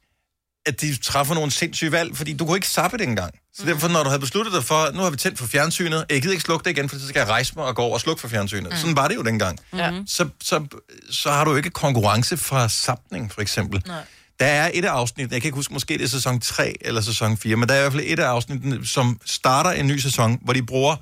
S1: at de træffer nogle sindssyge valg, fordi du kunne ikke sappe det engang.
S2: Mm.
S1: Så derfor, når du havde besluttet dig for, at nu har vi tændt for fjernsynet, jeg gider ikke slukke det igen, for så skal jeg rejse mig og gå over og slukke for fjernsynet. Mm. Sådan var det jo dengang.
S2: Ja.
S1: Så, så, så har du jo ikke konkurrence fra sapning, for eksempel.
S2: Nej.
S1: Der er et af afsnittene, jeg kan ikke huske, måske det er sæson 3 eller sæson 4, men der er i hvert fald et af afsnittene, som starter en ny sæson, hvor de bruger,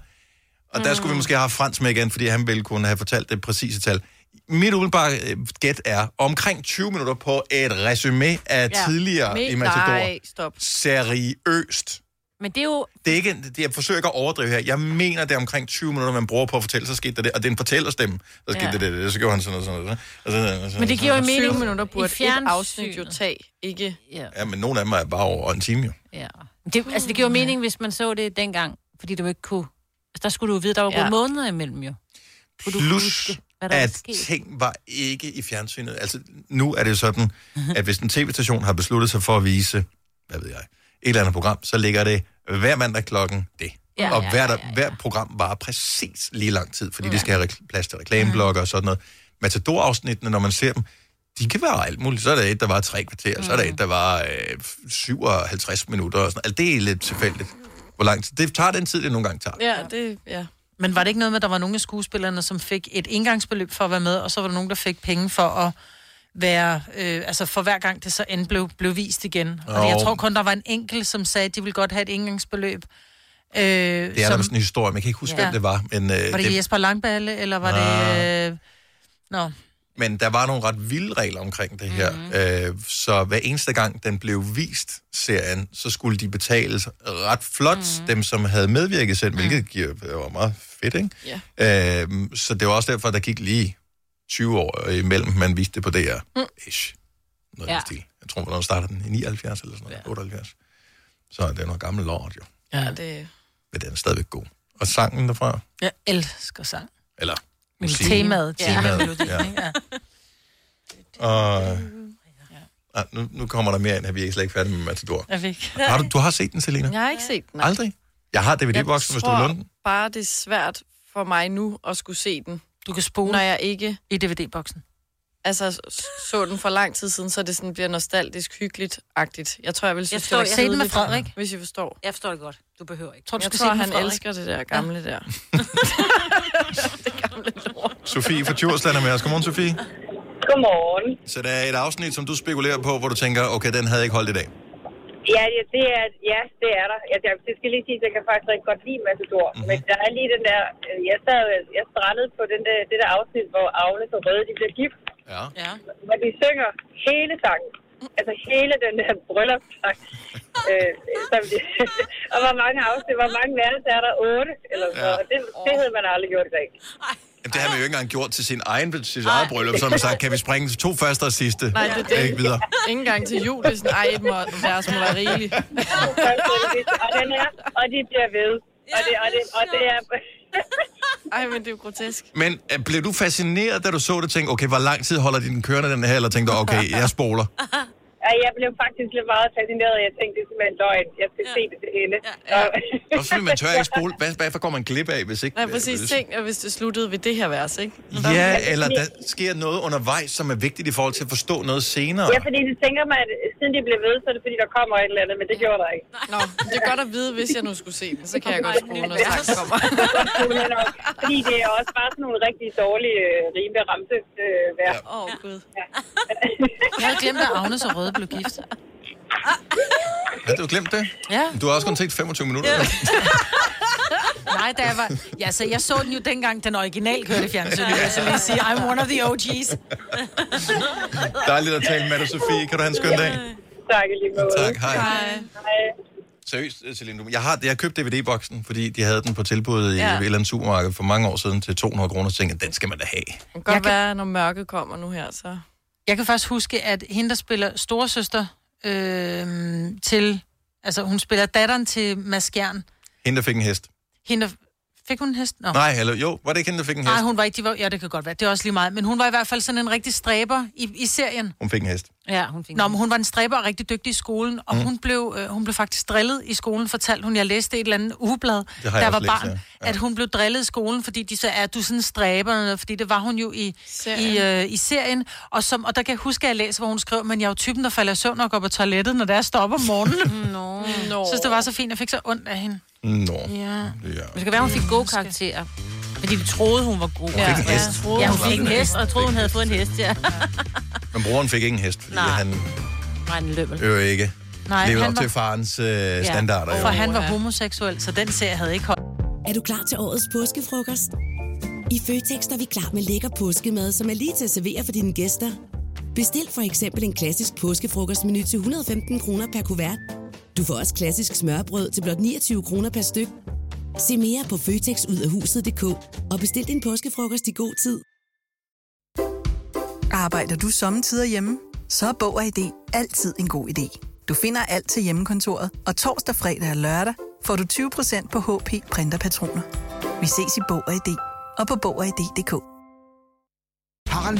S1: og der skulle vi måske have haft Frans med igen, fordi han ville kunne have fortalt det præcise tal. Mit umiddelbare øh, gæt er omkring 20 minutter på et resume af ja. tidligere i Matador.
S4: Nej, stop.
S1: Seriøst.
S4: Men det er jo...
S1: Det er ikke, det- jeg forsøger ikke at overdrive her. Jeg mener, det er omkring 20 minutter, man bruger på at fortælle, så skete der det, og det er en fortællerstemme. Så skete
S3: Ja.
S1: ja. det, det, det, så gjorde han sådan noget, sådan noget. Og sådan, noget, og sådan,
S3: Men det giver jo mening. 20 minutter
S4: I
S3: burde et
S4: fjernsynet.
S3: afsnit jo tage, ikke?
S4: Ja.
S1: Ja, men nogle af dem er bare over en time jo.
S4: ja. Det, altså, det giver jo mening, hvis man så det dengang, fordi du ikke kunne... Altså, der skulle du jo vide, der var gået
S1: Ja.
S4: måneder imellem jo. Kunne du
S1: Plus,
S4: huske, hvad der var
S1: at
S4: sket?
S1: ting var ikke i fjernsynet. Altså, nu er det jo sådan, at hvis en tv-station har besluttet sig for at vise, hvad ved jeg, et eller andet program, så ligger det hver mandag klokken det.
S8: Ja,
S1: Ja, og
S8: ja,
S1: hver, ja, ja, ja. hver program varer præcis lige lang tid, fordi ja. det skal have rekl- plads til reklameblokke og sådan noget. Matador-afsnittene, når man ser dem, de kan være alt muligt. Så er der et, der var tre kvarter, mm. så er der et, der var øh, 57 minutter og sådan noget. Altså, det er lidt tilfældigt, hvor lang tid. Det tager den tid, det nogle gange tager.
S2: Ja, det... Ja. Men var det ikke noget med, at der var nogle af skuespillerne, som fik et indgangsbeløb for at være med, og så var der nogen, der fik penge for at være, øh, altså for hver gang det så end blev, blev vist igen. Og
S1: Jo.
S2: jeg tror kun, der var en enkelt, som sagde, at de ville godt have et indgangsbeløb. Øh,
S1: Det er som... der sådan en historie, men jeg kan ikke huske, ja.
S2: Ja.
S1: hvem det var. Men, øh,
S2: Var det, det Jesper Langballe, eller var det... Øh... Nå,
S1: men der var nogle ret vilde regler omkring det her. Mm-hmm. Øh, så hver eneste gang, den blev vist, serien, så skulle de betales ret flot, mm-hmm. dem som havde medvirket selv, hvilket giver, øh, var meget fedt, ikke?
S3: Ja.
S1: Øh, så det var også derfor, der gik lige 20 år imellem, man viste det på DR. Mm. Ish. Noget ja.
S2: Ja.
S1: i den stil. Jeg tror, hvornår starter den? I 79 eller sådan noget? Ja. 78? Så det er noget gammelt lort, jo.
S2: ja. det...
S1: Men den er stadigvæk god. Og sangen derfra?
S2: Jeg elsker sang.
S1: Eller
S2: Men
S1: musikken.
S2: temaet,
S1: Temaet,
S2: temaet,
S1: ja.
S2: ja.
S1: Og... Ah, nu, nu kommer der mere ind her. Vi er slet ikke færdige med Matador.
S3: Jeg fik.
S1: Har du, du har set den, Selina?
S3: Jeg har ikke set den. nej.
S1: Aldrig? Jeg har DVD-boksen, hvis du vil låne den.
S3: bare, det er svært for mig nu at skulle se den.
S2: Du kan spole
S3: Når jeg ikke...
S2: I DVD-boksen.
S3: Altså, s- så den for lang tid siden, så det sådan bliver nostalgisk, hyggeligt-agtigt. Jeg tror, jeg vil synes,
S4: forstår-
S3: var
S4: jeg ser den med
S3: kedeligt,
S4: Frederik.
S3: Hvis I forstår.
S4: Jeg forstår det godt. Du behøver ikke.
S3: Tror, du Jeg skal tror, se den med han Frederik? elsker det der gamle ja. der.
S1: Sofie fra Djursland er med os. Godmorgen, Sofie.
S10: Godmorgen.
S1: Så der er et afsnit, som du spekulerer på, hvor du tænker, okay, den havde ikke holdt i dag.
S10: Ja, ja, det er, ja, det er der. Jeg, jeg, det skal lige sige, at jeg kan faktisk rigtig godt lide Matador.
S1: Mhm.
S10: Mm-hmm. Men der er lige den der... øh, Jeg, sad, jeg strandede på den der, det der afsnit, hvor Agnes og Røde de bliver gift.
S1: Ja.
S10: ja. Hvor de synger hele sangen. Altså hele den der bryllupssang. øh, som de, og hvor mange afsnit, hvor mange værelser er der? Otte? Eller så.
S1: Ja.
S10: Ja. Det, det havde man aldrig gjort i dag.
S1: Jamen, det har man jo ikke engang gjort til sin egen, sit eget bryllup, så har man sagt, kan vi springe til to første og sidste?
S3: Nej, det er det.
S1: Ikke videre.
S3: Ingen gang til jul, det er sådan, ej, et må- vers må være rigeligt.
S10: og, den er, og de bliver ved. Og det, og det, og det er...
S3: Ej, men det er jo grotesk.
S1: Men øh, blev du fascineret, da du så det, tænkte, okay, hvor lang tid holder de den kørende, den her, eller tænkte du, okay, jeg spoler?
S10: Ja, Ej, jeg blev faktisk lidt meget fascineret. Jeg tænkte, det er simpelthen løgn. Jeg skal ja. se det til ende. Ja, ja.
S1: Også fordi man tør ikke spole. Hvad, hvad går man glip af, hvis ikke... øh,
S3: Nej, præcis.
S1: hvis-
S3: Tænk, at hvis det sluttede ved det her vers, ikke?
S1: Ja, eller der sker noget undervejs, som er vigtigt i forhold til at forstå noget senere.
S10: Ja, fordi det tænker man, at siden de blev ved, så er det fordi, der kommer et eller andet, men det gjorde der ikke.
S3: Nå, det er godt at vide, hvis jeg nu skulle se den, så kan jeg godt spole, når sangen kommer.
S10: fordi det er også bare sådan nogle rigtig dårlige øh, rime ramte øh, vejr.
S3: Åh, oh, gud.
S2: Jeg havde glemt, at Agnes og Røde blev gift.
S1: Har du glemt det?
S2: Ja.
S1: Du har også kun tænkt 25 minutter. Ja.
S2: Nej, da jeg var... Ja, så jeg så den jo dengang, den original kørte i fjernsynet. altså, vil Jeg så lige sige, I'm one of the OG's.
S1: Dejligt at tale med dig, Sofie. Kan du have en skøn dag?
S10: Tak i lige måde.
S1: Tak, hej.
S10: Hej.
S1: Seriøst, Celine, du- jeg har, jeg har købt DVD-boksen, fordi de havde den på tilbud i
S3: Ja.
S1: ja. et eller andet supermarked for mange år siden til 200 kroner, så tænkte jeg, den skal man da have.
S3: Det kan godt jeg være, når mørket kommer nu her, så...
S2: Jeg kan faktisk huske, at hende, der spiller storesøster øh, til... Altså, hun spiller datteren til Mads Skjern.
S1: Hende, der fik en hest.
S2: Hende, der- fik hun en hest? Nå.
S1: Oh. Nej, eller jo, var det ikke hende, der fik en hest?
S2: Nej, hun var ikke... De var, ja, det kan godt være. Det er også lige meget. Men hun var i hvert fald sådan en rigtig stræber i, i serien.
S1: Hun fik en hest.
S2: Ja, hun fik Nå, men hun var en stræber og rigtig dygtig i skolen, og
S1: Mm.
S2: mm. hun, blev, øh, hun blev faktisk drillet i skolen, fortalte hun. Jeg læste et eller andet ugeblad,
S1: Det har jeg
S2: der var
S1: også læst,
S2: barn,
S1: ja.
S2: ja. at hun blev drillet i skolen, fordi de sagde, at du er sådan en stræber, eller noget, fordi det var hun jo i serien. I, øh, i serien. Og, som, og der kan jeg huske, at jeg læser, hvor hun skrev, men jeg er jo typen, der falder i søvn og går på toilettet, når det er stopper om morgenen.
S4: Nå.
S2: Jeg synes, det var så fint, jeg fik så ondt af hende.
S1: Nå.
S2: Ja.
S1: Ja.
S4: Men det kan være, hun fik gode karakterer. Fordi vi troede, hun var god.
S1: Hun fik en hest.
S4: Jeg troede, ja, hun fik en hest, og jeg troede, hun havde fået en hest, ja.
S1: Men broren fik ikke en hest, fordi
S4: Nej.
S1: han
S4: Nej, en lømmel.
S1: øh, ikke
S2: Nej,
S1: levede
S2: han
S1: op
S2: var-
S1: til farens øh, standarder.
S2: For
S1: jo.
S2: han var homoseksuel, så den serie havde ikke holdt.
S9: Er du klar til årets påskefrokost? I Føtex er vi klar med lækker påskemad, som er lige til at servere for dine gæster. Bestil for eksempel en klassisk påskefrokostmenu til 115 kroner per kuvert. Du får også klassisk smørbrød til blot 29 kroner per styk. Se mere på føtexudafhuset.dk og bestil din påskefrokost i god tid.
S8: Arbejder du sommetider hjemme? Så er Bog og ID altid en god idé. Du finder alt til hjemmekontoret, og torsdag, fredag og lørdag får du 20% på HP Printerpatroner. Vi ses i Bog og ID og på Bog og ID.dk.
S22: Harald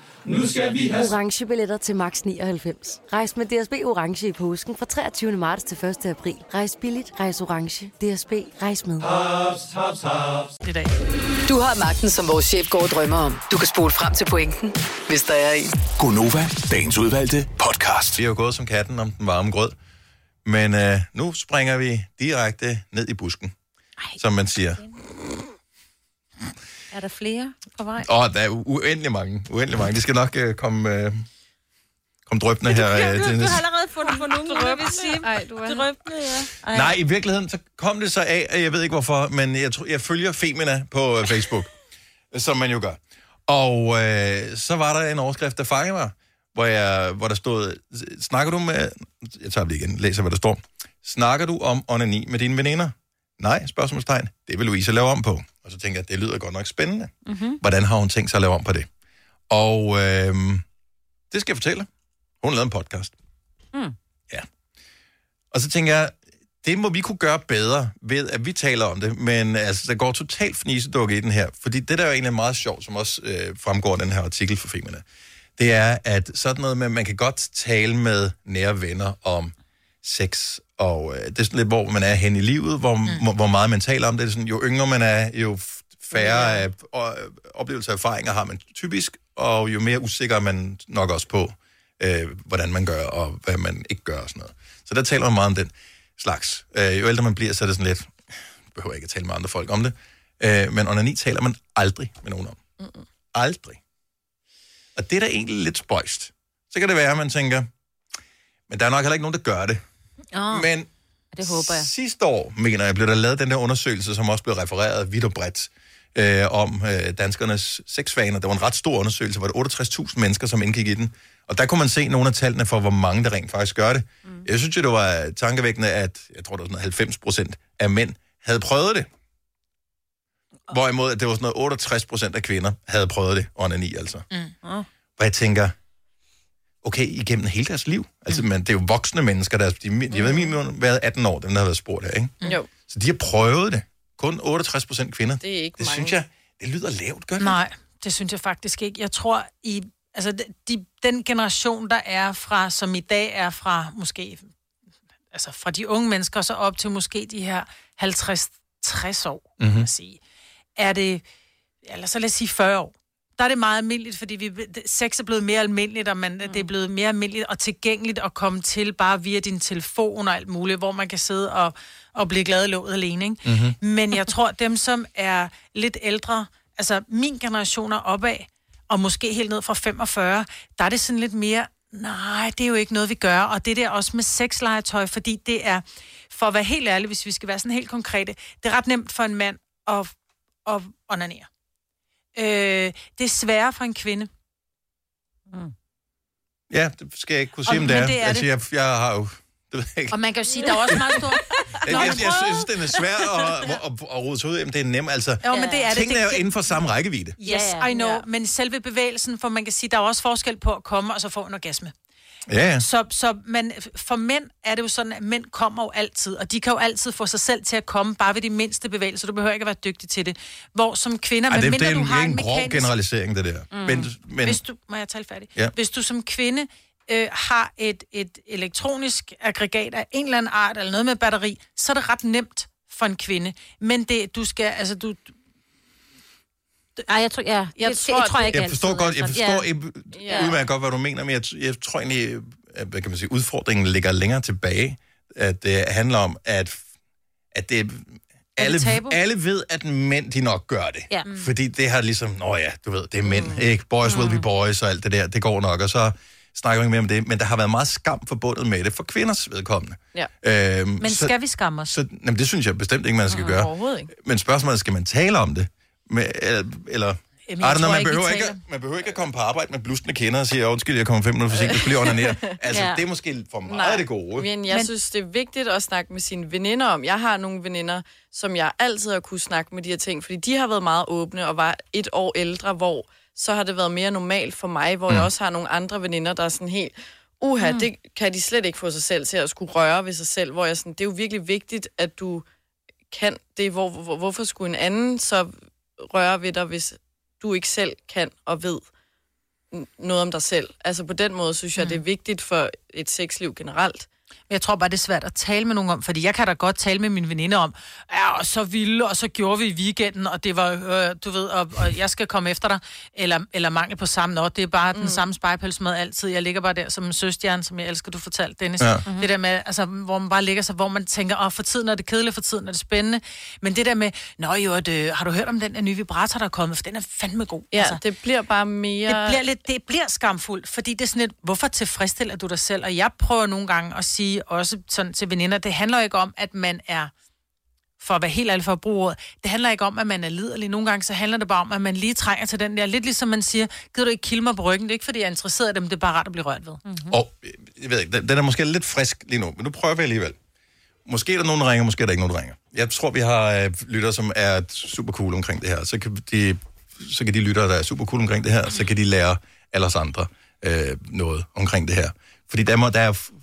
S17: Nu skal vi have
S18: Orange billetter til max 99. Rejs med DSB Orange i påsken fra 23. marts til 1. april. Rejs billigt, rejs orange. DSB, rejs med.
S17: Haps, haps, haps.
S2: Det dag.
S6: Du har magten, som vores chef går og drømmer om. Du kan spole frem til pointen, hvis der er en.
S1: Gonova, dagens udvalgte podcast. Vi er jo gået som katten om den varme grød. Men øh, nu springer vi direkte ned i busken, Ej. som man siger.
S4: Er der flere på vej?
S1: Åh, oh, der er u- uendelig mange. Uendelig mange. De skal nok øh, komme, øh, komme drøbende her. Øh,
S4: Du,
S1: til
S4: du
S1: næste-
S4: har allerede fundet på nogen, jeg vil sige.
S3: Ej, du er...
S4: Drøbende, ja. Ej.
S1: Nej, i virkeligheden, så kom det så af, og jeg ved ikke hvorfor, men jeg, tror, jeg følger Femina på øh, Facebook, som man jo gør. Og øh, så var der en overskrift, der fangede mig, hvor, jeg, hvor der stod, snakker du med, jeg tager det lige igen, læser hvad der står, snakker du om onani med dine veninder? Nej, spørgsmålstegn, det vil Louise lave om på. Og så tænker jeg, det lyder godt nok spændende.
S3: Mhm.
S7: Mm-hmm.
S1: Hvordan har hun tænkt sig at lave om på det? Og øh, det skal jeg fortælle. Hun lavede en podcast.
S7: Mm.
S1: Ja. Og så tænker jeg, det må vi kunne gøre bedre ved, at vi taler om det, men altså, der går totalt fnisedukke i den her, fordi det, der er jo egentlig er meget sjovt, som også øh, fremgår af den her artikel for Femina, det er, at sådan noget med, man kan godt tale med nære venner om sex, og øh, det er sådan lidt, hvor man er hen i livet, hvor, mm. hvor meget man taler om det. det er sådan, jo yngre man er, jo f- færre øh, og- øh, oplevelser og erfaringer har man typisk, og jo mere usikker er man nok også på, øh, hvordan man gør, og hvad man ikke gør og sådan noget. Så der taler man meget om den slags. Øh, jo ældre man bliver, så er det sådan lidt, behøver ikke at tale med andre folk om det, øh, men onani taler man aldrig med nogen om. Aldrig. Og det er da egentlig lidt spøjst. Så kan det være, at man tænker, men der er nok heller ikke nogen, der gør det.
S4: Oh.
S1: Men
S4: det håber jeg.
S1: Sidste år, mener jeg, blev der lavet den der undersøgelse, som også blev refereret vidt og bredt, øh, om øh, danskernes sexvaner. Der var en ret stor undersøgelse, hvor der 68.000 mennesker, som indgik i den. Og der kunne man se nogle af tallene for, hvor mange der rent faktisk gør det. Mm. Jeg synes jo, det var tankevækkende, at jeg tror, det var sådan noget 90 procent af mænd havde prøvet det. Hvorimod, at det var sådan noget, 68 procent af kvinder havde prøvet det, onani altså.
S7: Mm.
S1: Hvor jeg tænker, okay, igennem hele deres liv. Altså, men det er jo voksne mennesker, der, de, de har været minimum været 18 år, dem der har været spurgt her, ikke?
S3: Jo,
S1: Så de har prøvet det. Kun 68 procent kvinder.
S3: det er ikke
S1: Det
S3: mange.
S1: synes jeg, det lyder lavt, gør det?
S2: Nej, det synes jeg faktisk ikke. Jeg tror, i altså, de- de, den generation, der er fra, som i dag er fra måske, altså fra de unge mennesker, så op til måske de her 50-60 år, mm-hmm. kan
S7: Mhm.
S2: man sige, er det, eller så lad os sige 40 år. Der er det meget almindeligt, fordi vi, det- sex er blevet mere almindeligt, og man, det er blevet mere almindeligt og tilgængeligt at komme til bare via din telefon og alt muligt, hvor man kan sidde og, og blive glad i låget alene. Ikke?
S7: Mhm.
S2: Men jeg tror, dem, som er lidt ældre, altså min generation er opad, og måske helt ned fra 45, der er det sådan lidt mere, nej, det er jo ikke noget, vi gør. Og det der også med sexlegetøj, fordi det er, for at være helt ærlig, hvis vi skal være sådan helt konkrete, det er ret nemt for en mand at, at onanere. Øh, det er sværere for en kvinde.
S1: Ja, det skal jeg ikke kunne sige,
S2: Og-
S1: om det
S2: men
S1: er.
S2: det er
S1: altså,
S2: det.
S1: jeg, jeg har jo... Det ved jeg ikke.
S2: Og man kan jo sige, der er også meget stor...
S1: Jeg, jeg, jeg, synes, den er svær at, at, at, at rode sig ud af, men det er nemt. Altså,
S2: Jo, men det er det.
S1: tingene
S2: Det-
S1: er jo
S2: det-
S1: inden for samme rækkevidde.
S2: Yes, I know. Ja. Men selve bevægelsen, for man kan sige, der er også forskel på at komme og så få en orgasme.
S1: Ja, ja.
S2: Så, så man, for mænd er det jo sådan, at mænd kommer jo altid, og de kan jo altid få sig selv til at komme, bare ved de mindste bevægelser. Du behøver ikke at være dygtig til det. Hvor som kvinder,
S1: Ej, det,
S2: medmindre
S1: det er en,
S2: du har
S1: det er
S2: en,
S1: en grov
S2: mekanisk...
S1: generalisering, det der. Mm. Men, men
S2: Hvis du, må jeg tale færdig?
S1: Ja.
S2: Hvis du som kvinde øh, har et, et elektronisk aggregat af en eller anden art, eller noget med batteri, så er det ret nemt for en kvinde. Men det, du skal, altså du...
S4: Nej, jeg tror, ja. Jeg,
S2: jeg,
S4: tror, jeg, tror, jeg,
S1: jeg forstår godt, jeg forstår
S4: ja.
S1: ja. udmærket godt, hvad du mener, men jeg, t- jeg tror egentlig, at, hvad kan man sige, udfordringen ligger længere tilbage, at det handler om, at, at det, alle,
S7: tabu?
S1: alle ved, at mænd de nok gør det.
S7: Ja. Mm.
S1: Fordi det har ligesom, nå ja, du ved, det er mænd, mm. ikke? Boys mm. will be boys og alt det der, det går nok, og så snakker vi ikke mere om det, men der har været meget skam forbundet med det for kvinders vedkommende.
S2: Ja.
S1: Øhm,
S2: Men
S1: så-
S2: skal vi skamme os?
S1: Så, jamen, det synes jeg bestemt ikke, man skal gøre.
S2: Overhovedet ikke.
S1: Men spørgsmålet er, skal man tale om det? Med, eller, eller
S2: Jamen,
S1: Jamen,
S2: jeg
S1: Arne,
S2: tror
S1: man,
S2: ikke, vi
S1: behøver ikke,
S2: taler.
S1: at- man behøver ikke at komme på arbejde med blustende kender og sige, undskyld, jeg kommer fem minutter for sent, jeg skulle lige onanere. Altså,
S3: Ja.
S1: ja. det er måske for meget af det gode.
S3: Men jeg men... synes, det er vigtigt at snakke med sine veninder om. Jeg har nogle veninder, som jeg altid har kunne snakke med de her ting, fordi de har været meget åbne og var et år ældre, hvor så har det været mere normalt for mig, hvor mm. jeg også har nogle andre veninder, der er sådan helt, uha,
S4: Mm.
S3: mm. det kan de slet ikke få sig selv til at skulle røre ved sig selv, hvor jeg sådan, det er jo virkelig vigtigt, at du kan det. Hvor, hvor, hvorfor skulle en anden så røre ved dig, hvis du ikke selv kan og ved n- noget om dig selv? Altså på den måde synes jeg, mm. det er vigtigt for et sexliv generelt.
S2: Men jeg tror bare, det er svært at tale med nogen om, fordi jeg kan da godt tale med mine veninder om, ja, og så vilde, og så gjorde vi i weekenden, og det var, øh, du ved, og, og jeg skal komme efter dig, eller, eller mangel på samme, og det er bare mm. den samme spejpels med altid. Jeg ligger bare der som en søstjerne, som jeg elsker, du fortalte, Dennis.
S7: Ja.
S2: Ja. Det der med, altså, hvor man bare ligger sig, hvor man tænker, åh, for tiden er det kedeligt, for tiden er det spændende. Men det der med, nå jo, at, øh, har du hørt om den der nye vibrator, der er kommet, for den er fandme god.
S3: Ja, altså, det bliver bare mere...
S2: Det bliver, lidt, det bliver skamfuldt, fordi det er sådan lidt, hvorfor tilfredsstiller du dig selv? Og jeg prøver nogle gange at sige også sådan til veninder, det handler jo ikke om, at man er, for at være helt ærlig for at bruge ordet, det handler ikke om, at man er liderlig. Nogle gange så handler det bare om, at man lige trænger til den der. Lidt ligesom man siger, gider du ikke kilde mig på ryggen? Det er ikke, fordi jeg er interesseret i dem, det er bare rart at blive rørt ved.
S12: Mhm.
S2: Mm-hmm.
S1: Og, øh, jeg ved ikke, den- den er måske lidt frisk lige nu, men nu prøver vi alligevel. Måske er der nogen, der ringer, måske er der ikke nogen, der ringer. Jeg tror, vi har øh, lytter, som er super cool omkring det her. Så kan de, så kan de lytter, der er super cool omkring det her, så kan de lære alle os andre øh, noget omkring det her. Fordi der, må, der er f-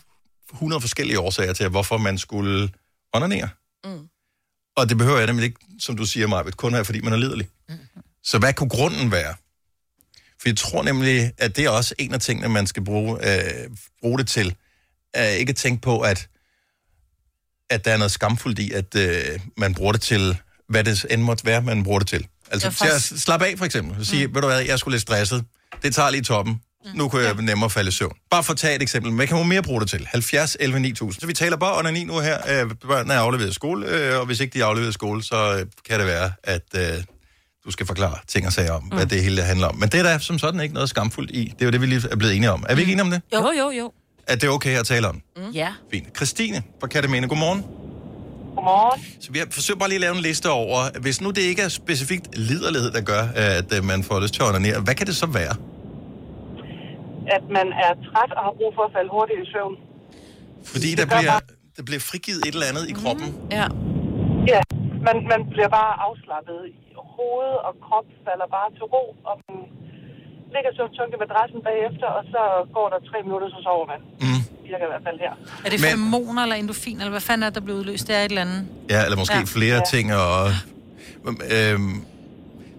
S1: 100 forskellige årsager til, hvorfor man skulle onanere.
S7: Mm.
S1: Og det behøver jeg nemlig ikke, som du siger, Marvitt, kun være, fordi man er liderlig. Så hvad kunne grunden være? For jeg tror nemlig, at det er også en af tingene, man skal bruge, øh, bruge det til. Øh, ikke at tænke på, at, at der er noget skamfuldt i, at øh, man bruger det til, hvad det end måtte være, man bruger det til. Altså
S7: Jeg
S1: til
S7: faktisk-
S1: at slappe af for eksempel. Og sige, mm. ved du hvad, jeg skulle lidt stresset. Det tager lige toppen. Nu kunne jeg nemmere falde i søvn. Bare for at tage et eksempel. Hvad kan man mere bruge det til? 70, 11, 9000. Så vi taler bare under 9 nu her. Øh, børnene er afleveret i skole, øh, og hvis ikke de er afleveret i skole, så øh, kan det være, at øh, du skal forklare ting og sager om, mm. hvad det hele handler om. Men det er der som sådan ikke noget skamfuldt i. Det er jo det, vi lige er blevet enige om. Er vi ikke enige om det?
S4: Jo, jo, jo.
S1: At det er okay at tale om.
S4: Mm. Ja.
S1: Fint. Christine fra Katamene, godmorgen.
S11: Godmorgen.
S1: Så vi har- forsøger bare lige at lave en liste over, hvis nu det ikke er specifikt liderlighed, der gør, at øh, man får lyst til at onanere, hvad kan det så være?
S11: At man er træt og har brug for at falde hurtigt i søvn.
S1: Fordi der bliver, der bliver
S2: Mm-hmm.
S1: frigivet et eller andet i kroppen.
S11: Ja. Ja, man, man bliver bare afslappet i
S12: hoved og krop falder bare til ro, og man ligger så tungt i madrassen bagefter, og så går der tre minutter, så sover man. Mm. Virker i hvert fald her.
S2: Er det
S1: Men-
S2: feromoner eller endorfin, eller hvad fanden er der blevet udløst? Det er et eller andet.
S1: Ja, eller måske
S2: Ja.
S1: ja. flere
S2: Ja.
S1: ja. ting. Og, øhm,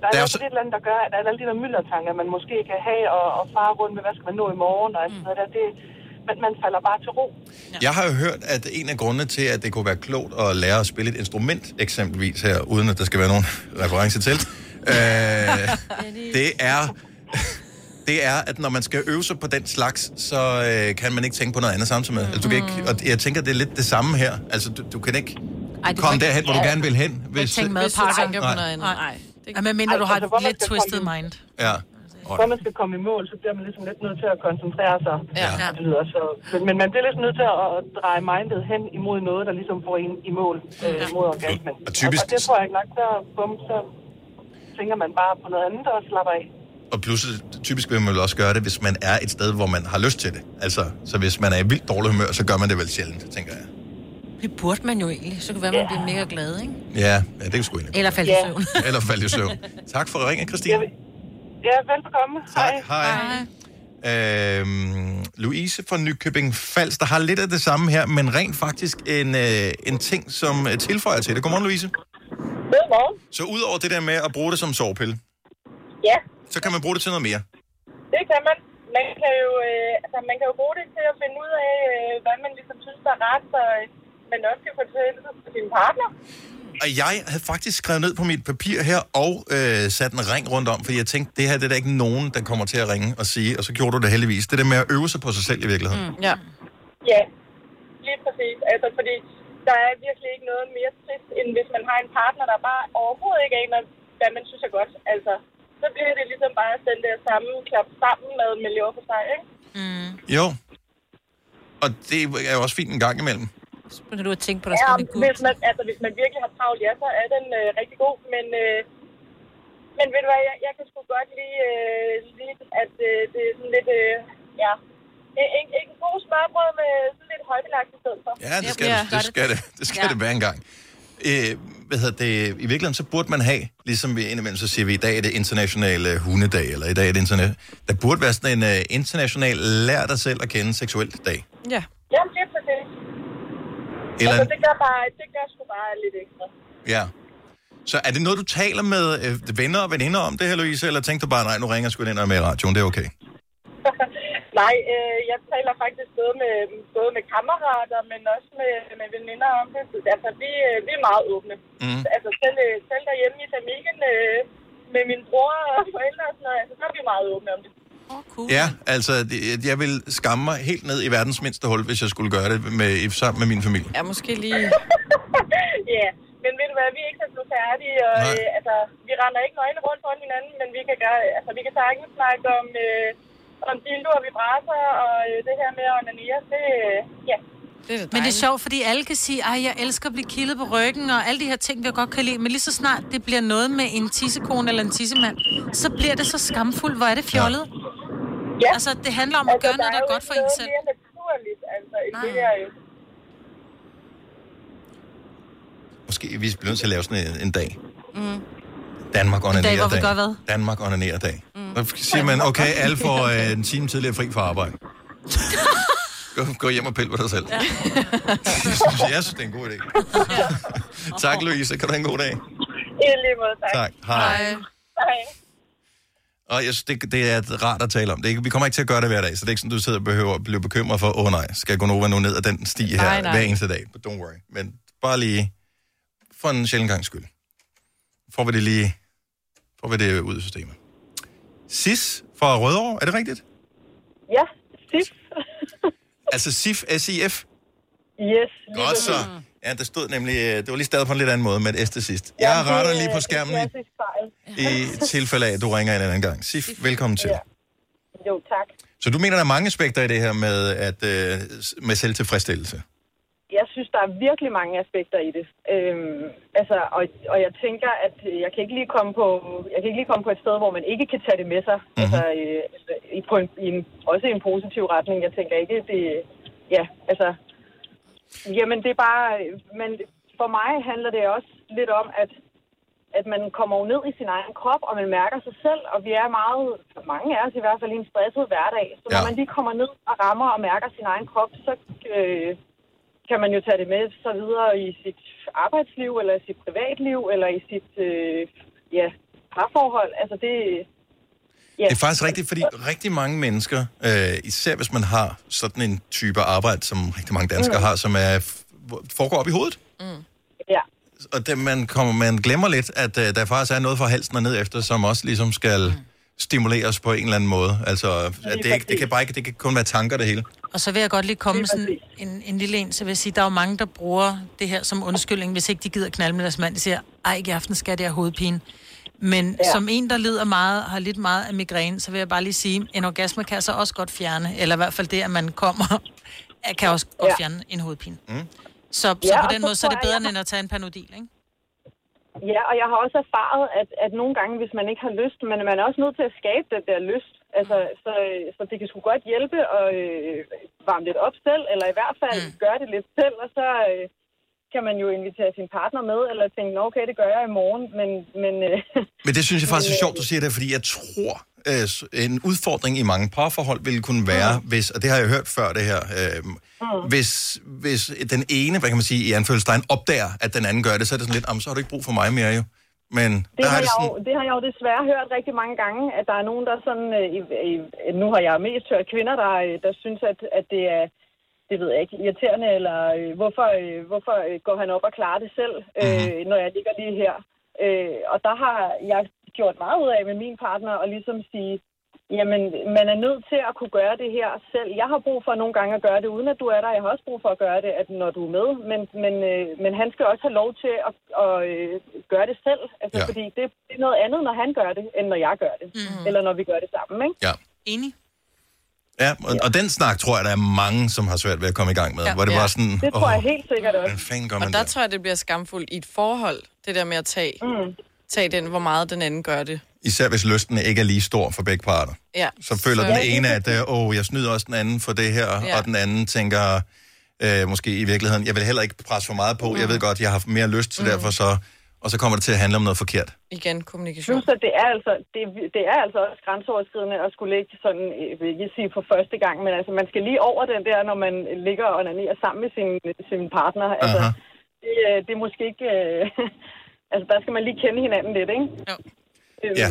S12: Der er,
S1: Der
S12: der
S1: er
S12: er
S1: jo
S12: også et eller andet, der gør, at alle de der myldertanker, man måske kan have, og, og fare rundt med, hvad skal man nå i morgen,
S2: Mm.
S12: og alt sådan noget der, det, man, man falder bare til ro.
S1: jeg har jo hørt, at en af grundene til, at det kunne være klogt at lære at spille et instrument, eksempelvis her, uden at der skal være nogen reference til, øh, det er... Det er, at når man skal øve sig på den slags, så øh, kan man ikke tænke på noget andet samtidig med. Altså, du kan ikke, og jeg tænker, det er lidt det samme her. Altså, du, du kan ikke
S2: Ej,
S1: Ej,
S2: det
S1: komme
S2: var-
S1: derhen, hvor du
S2: Ja.
S1: gerne vil hen. Hvis,
S2: Tænk
S12: Hvis du
S2: madpakker.
S12: tænker på noget andet.
S2: Nej,
S12: Nej.
S2: nej. Ja, men mindre,
S12: Ej,
S2: du har
S12: altså,
S2: et
S12: hvor man
S2: lidt
S12: skal
S2: twisted
S12: komme-
S2: mind.
S1: Ja.
S12: For man skal komme i mål, så bliver man ligesom lidt nødt til at koncentrere sig.
S2: Ja.
S12: Og Det lyder så. Men, men man bliver ligesom nødt til at at dreje mindet hen imod noget, der ligesom får en i mål øh, mod orgasmen.
S1: Og typisk-
S12: og, og det tror jeg ikke nok, så, bum, så tænker man bare på noget andet og slapper af.
S1: Og pludselig, typisk vil man vel også gøre det, hvis man er et sted, hvor man har lyst til det. Altså, så hvis man er i vildt dårlig humør, så gør man det vel sjældent, tænker jeg.
S4: Det burde man jo egentlig. Så kan det være, man bliver mega glad, ikke?
S1: Ja, ja det er sgu egentlig.
S4: Eller falde i søvn.
S1: Eller falde i søvn. Tak for ringen, Christine.
S12: Ja, velbekomme.
S1: Tak, hej. hej. Øhm, Louise fra Nykøbing Falster har lidt af det samme her, men rent faktisk en, øh, en ting, som øh, tilføjer til det. Godmorgen, Louise.
S10: Godmorgen.
S1: Så udover det der med at bruge det som sovepille,
S10: Ja,
S1: så kan man bruge det til noget mere.
S10: det kan man. Man kan jo, øh, altså, man kan jo bruge det til at finde ud af, øh, hvad man ligesom synes der er ret, så øh, man også kan fortælle det til sin partner.
S1: Og jeg havde faktisk skrevet ned på mit papir her og øh, sat en ring rundt om, fordi jeg tænkte, det her det er der ikke nogen, der kommer til at ringe og sige, og så gjorde du det heldigvis. Det der med at øve sig på sig selv i virkeligheden. Mm.
S10: Ja. Ja, lige præcis. Altså, fordi der er virkelig ikke noget mere trist, end hvis man har en partner, der bare overhovedet ikke aner, hvad man synes er godt. Altså, så bliver det ligesom bare den der samme klap sammen med, med lever på sig, ikke?
S1: Jo. Og det er jo også fint en gang imellem.
S4: Så begynder du at tænke på dig
S10: Ja,
S4: selv.
S10: hvis man, altså, hvis man virkelig har travlt, ja, så er den øh, rigtig god, men... Øh, men ved du hvad, jeg, jeg kan sgu godt lide, øh, lide at øh, det er sådan lidt, øh, ja, en, en, en god smørbrød med sådan lidt højbelagt i stedet for.
S1: Ja, det skal, det, det skal, det, det, skal ja. det være en gang. Øh, hvad hedder det, I virkeligheden, så burde man have, ligesom vi indimellem, så siger vi, i dag er det internationale hundedag, eller i dag er det internet. Der burde være sådan en uh, international lær dig selv at kende seksuelt dag.
S10: Ja. Jamen, det er præcis.
S1: Eller
S10: Altså,
S1: en-
S10: det gør, bare, det gør sgu bare lidt ekstra.
S1: Ja. Så er det noget, du taler med øh, venner og veninder om det her, Louise, eller tænkte du bare, nej, nu ringer jeg sgu ind og er med i radioen, det er okay?
S10: Nej, øh, jeg taler faktisk både med, både med kammerater, men også med, med veninder om det. Altså, vi, øh, vi er meget åbne.
S1: Mm.
S10: Altså, selv, øh, selv derhjemme i familien øh, med min bror og forældre og sådan noget, altså, så er vi meget åbne om det.
S1: Cool. Ja, altså, det- jeg vil skamme mig helt ned i verdens mindste hul, hvis jeg skulle gøre det med, i- sammen med min familie.
S10: Ja, måske lige... ja, men ved du hvad, vi er ikke så blevet færdige, og
S1: Nej.
S10: øh, altså, vi render ikke nøgne rundt rundt hinanden, men vi kan, gøre, altså, vi kan sagtens snakke om, øh, om dildo og vibrator, og øh, det her med at onanere, det, øh, ja. Det er
S2: Men det er sjovt, fordi alle kan sige, at jeg elsker at blive kildet på ryggen, og alle de her ting, jeg godt kan lide. Men lige så snart det bliver noget med en tissekone eller en tissemand, så bliver det så skamfuldt. Hvor er det fjollet?
S10: Ja.
S2: Altså, det handler om at gøre noget, der er godt for en
S10: Der er
S2: selv.
S10: jo ikke noget mere naturligt, altså, i det
S2: Nej.
S10: her jo.
S1: Måske vi bliver nødt til at lave sådan en, en dag.
S10: Mm.
S1: Danmark
S2: En dag,
S1: onanerer
S2: hvor vi
S1: dag.
S2: gør hvad?
S1: Danmark onanerer dag. Mm. Så siger man, okay, alle får øh, en time tidligere fri fra arbejde. gå, gå hjem og pille ved dig selv. Ja. jeg synes, det er en god idé. tak, Louise. Kan du have en god dag?
S10: I lige måde, tak.
S1: Tak. Hej. Hej.
S10: Hej.
S1: Og jeg synes, det, det er rart at tale om. Det er, ikke- vi kommer ikke til at gøre det hver dag, så det er ikke sådan, du sidder og behøver at blive bekymret for, åh oh, nej, skal Gonova nu ned ad den sti her
S16: Nej, nej.
S1: hver eneste dag? But don't worry. Men bare lige for en sjældent gang skyld. Får vi det lige får vi det ud af systemet. SIS fra Rødovre, er det rigtigt?
S23: Ja, SIF.
S1: altså SIF, S-I-F?
S23: Yes.
S1: Godt så. Ja, der stod nemlig, øh, det var lige stadig på en lidt anden måde med et S til sidst. Jeg
S23: Ja,
S1: retter
S23: det,
S1: lige
S23: øh,
S1: på skærmen
S23: det er
S1: i,
S23: klassisk fejl.
S1: i tilfælde af, at du ringer en anden gang. SIF, velkommen til.
S23: Jo, tak.
S1: Så du mener, der er mange aspekter i det her med, at, øh, s- med selvtilfredsstillelse?
S23: Jeg synes, der er virkelig mange aspekter i det. Øhm, altså, og, og jeg tænker, at øh, jeg kan, ikke lige komme på, jeg kan ikke lige komme på et sted, hvor man ikke kan tage det med sig. Mm-hmm. Altså, øh, i, på en, i en, også i en positiv retning. Jeg tænker ikke, det... Ja, altså... Jamen, det er bare... Men for mig handler det også lidt om, at at man kommer jo ned i sin egen krop, og man mærker sig selv, og vi er meget, for mange af os i hvert fald, i en stresset hverdag. Så når man lige kommer ned og rammer og mærker sin egen krop, så øh, kan man jo tage det med så videre i sit arbejdsliv, eller i sit privatliv, eller i sit øh, ja, parforhold. Altså det... Ja.
S1: Det er faktisk rigtigt, fordi rigtig mange mennesker, øh, især hvis man har sådan en type arbejde, som rigtig mange danskere
S23: Mm.
S1: har, som er, f- hvor- foregår op i hovedet,
S23: Mm. Ja.
S1: og det, man, kommer, man glemmer lidt, at øh, der faktisk er noget fra halsen og ned efter, som også ligesom
S23: Mm.
S1: skal stimuleres på en eller anden måde. Altså, at det, ikke, det, kan bare ikke, det kan kun være tanker, det hele.
S2: Og så vil jeg godt lige komme med sådan en, en lille en, så vil jeg sige, der er jo mange, der bruger det her som undskyldning, hvis ikke de gider knalde med deres mand. De siger, ej, ikke i aften skal det have hovedpine. Men ja.
S24: Ja.
S2: som en, der lider meget, har lidt meget af migræne, så vil jeg bare lige sige, en orgasme kan så også godt fjerne, eller i hvert fald det, at man kommer, kan også godt
S23: Ja.
S2: fjerne en hovedpine.
S1: Mm.
S2: Så, så
S23: Ja,
S2: ja,
S23: og
S2: på den
S23: så
S2: måde, så
S23: tror
S2: er det
S23: jeg,
S2: bedre,
S23: jeg har-
S2: end at tage en panodil, ikke?
S23: Ja, og jeg har også erfaret, at, at nogle gange, hvis man ikke har lyst, men man er også nødt til at skabe den der lyst. Altså, så, så det kan sgu godt hjælpe at øh, varme lidt op selv, eller i hvert fald mm. gøre det lidt selv, og så øh, kan man jo invitere sin partner med, eller tænke, "Nå, okay, det gør jeg i morgen, men... men øh,
S1: Men det synes jeg faktisk er
S23: Men, øh,
S1: sjovt, du siger det, fordi jeg tror, øh, s- en udfordring i mange parforhold ville kunne
S23: Mm.
S1: være, hvis, og det har jeg hørt før det her, øh, hvis, hvis den ene, hvad kan man sige, i anfølgelsestegn, opdager, at den anden gør det, så er det sådan lidt, "Jamen, så har du ikke brug for mig mere jo. Men
S23: Det
S1: der
S23: har,
S1: er det
S23: jeg
S1: sådan,
S23: jo, det har jeg jo desværre hørt rigtig mange gange, at der er nogen, der sådan... Øh, i, i, nu har jeg mest hørt kvinder, der, øh, der synes, at, at det er det ved jeg ikke, irriterende, eller øh, hvorfor, øh, hvorfor øh, går han op og klarer det selv,
S1: Mhm.
S23: øh, mm-hmm. når jeg ligger lige her. Øh, og der har jeg gjort meget ud af med min partner at ligesom sige, jamen, man er nødt til at kunne gøre det her selv. Jeg har brug for nogle gange at gøre det, uden at du er der. Jeg har også brug for at gøre det, at når du er med. Men, men, øh, men han skal også have lov til at, at øh, gøre det selv. Altså, ja. Fordi det, det er noget andet, når han gør det, end når jeg gør det. Mm-hmm. Eller når vi gør det sammen, ikke?
S1: ja.
S2: Enig.
S1: Ja, og, og den snak tror jeg, der er mange, som har svært ved at komme i gang med. Ja. Hvor det ja. var sådan,
S23: det tror
S1: "Åh,
S23: jeg helt sikkert også.
S1: Hvordan fanden gør man
S3: og der
S1: det?
S3: tror jeg, det bliver skamfuldt i et forhold, det der med at tage, mm. tage den, hvor meget den anden gør det.
S1: Især hvis lysten ikke er lige stor for begge parter.
S3: Ja.
S1: Så føler
S3: Så-
S1: den ene, at øh, åh, jeg snyder også den anden for det her,
S3: Ja.
S1: ja. og den anden tænker øh, måske i virkeligheden, jeg vil heller ikke presse for meget på, jeg ved godt, jeg har haft mere lyst til mm. derfor, så, og så kommer det til at handle om noget forkert.
S3: Igen, kommunikation.
S23: Plus, at det er, altså, det, det er altså også grænseoverskridende at skulle ligge sådan, jeg vil ikke sige for første gang, men altså, man skal lige over den der, når man ligger og onanerer sammen med sin, sin partner. Altså,
S1: Aha.
S23: det, øh, det er måske ikke... Øh, altså, der skal man lige kende hinanden lidt, ikke?
S2: Jo.
S23: Øhm,
S1: Ja.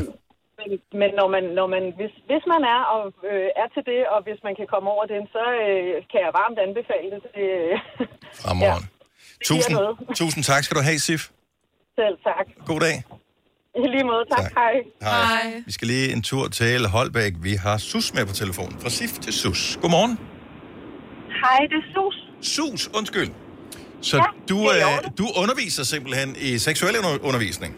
S23: Men, men når man, når man, hvis, hvis man er, og, øh, er til det, og hvis man kan komme over den, så øh, kan jeg varmt anbefale det. det øh,
S1: Fremover. Ja.
S23: siger
S1: Tusind,
S23: noget.
S1: tusind tak skal du have, Sif.
S23: selv tak.
S1: God dag.
S23: I lige måde, tak. tak. Hej.
S1: Vi skal lige en tur til Holbæk. Vi har Sus med på telefonen. Fra Sif til Sus. Godmorgen.
S19: Hej, det er Sus.
S1: Sus, undskyld. Så ja, du, øh, du underviser simpelthen i seksuel under- undervisning.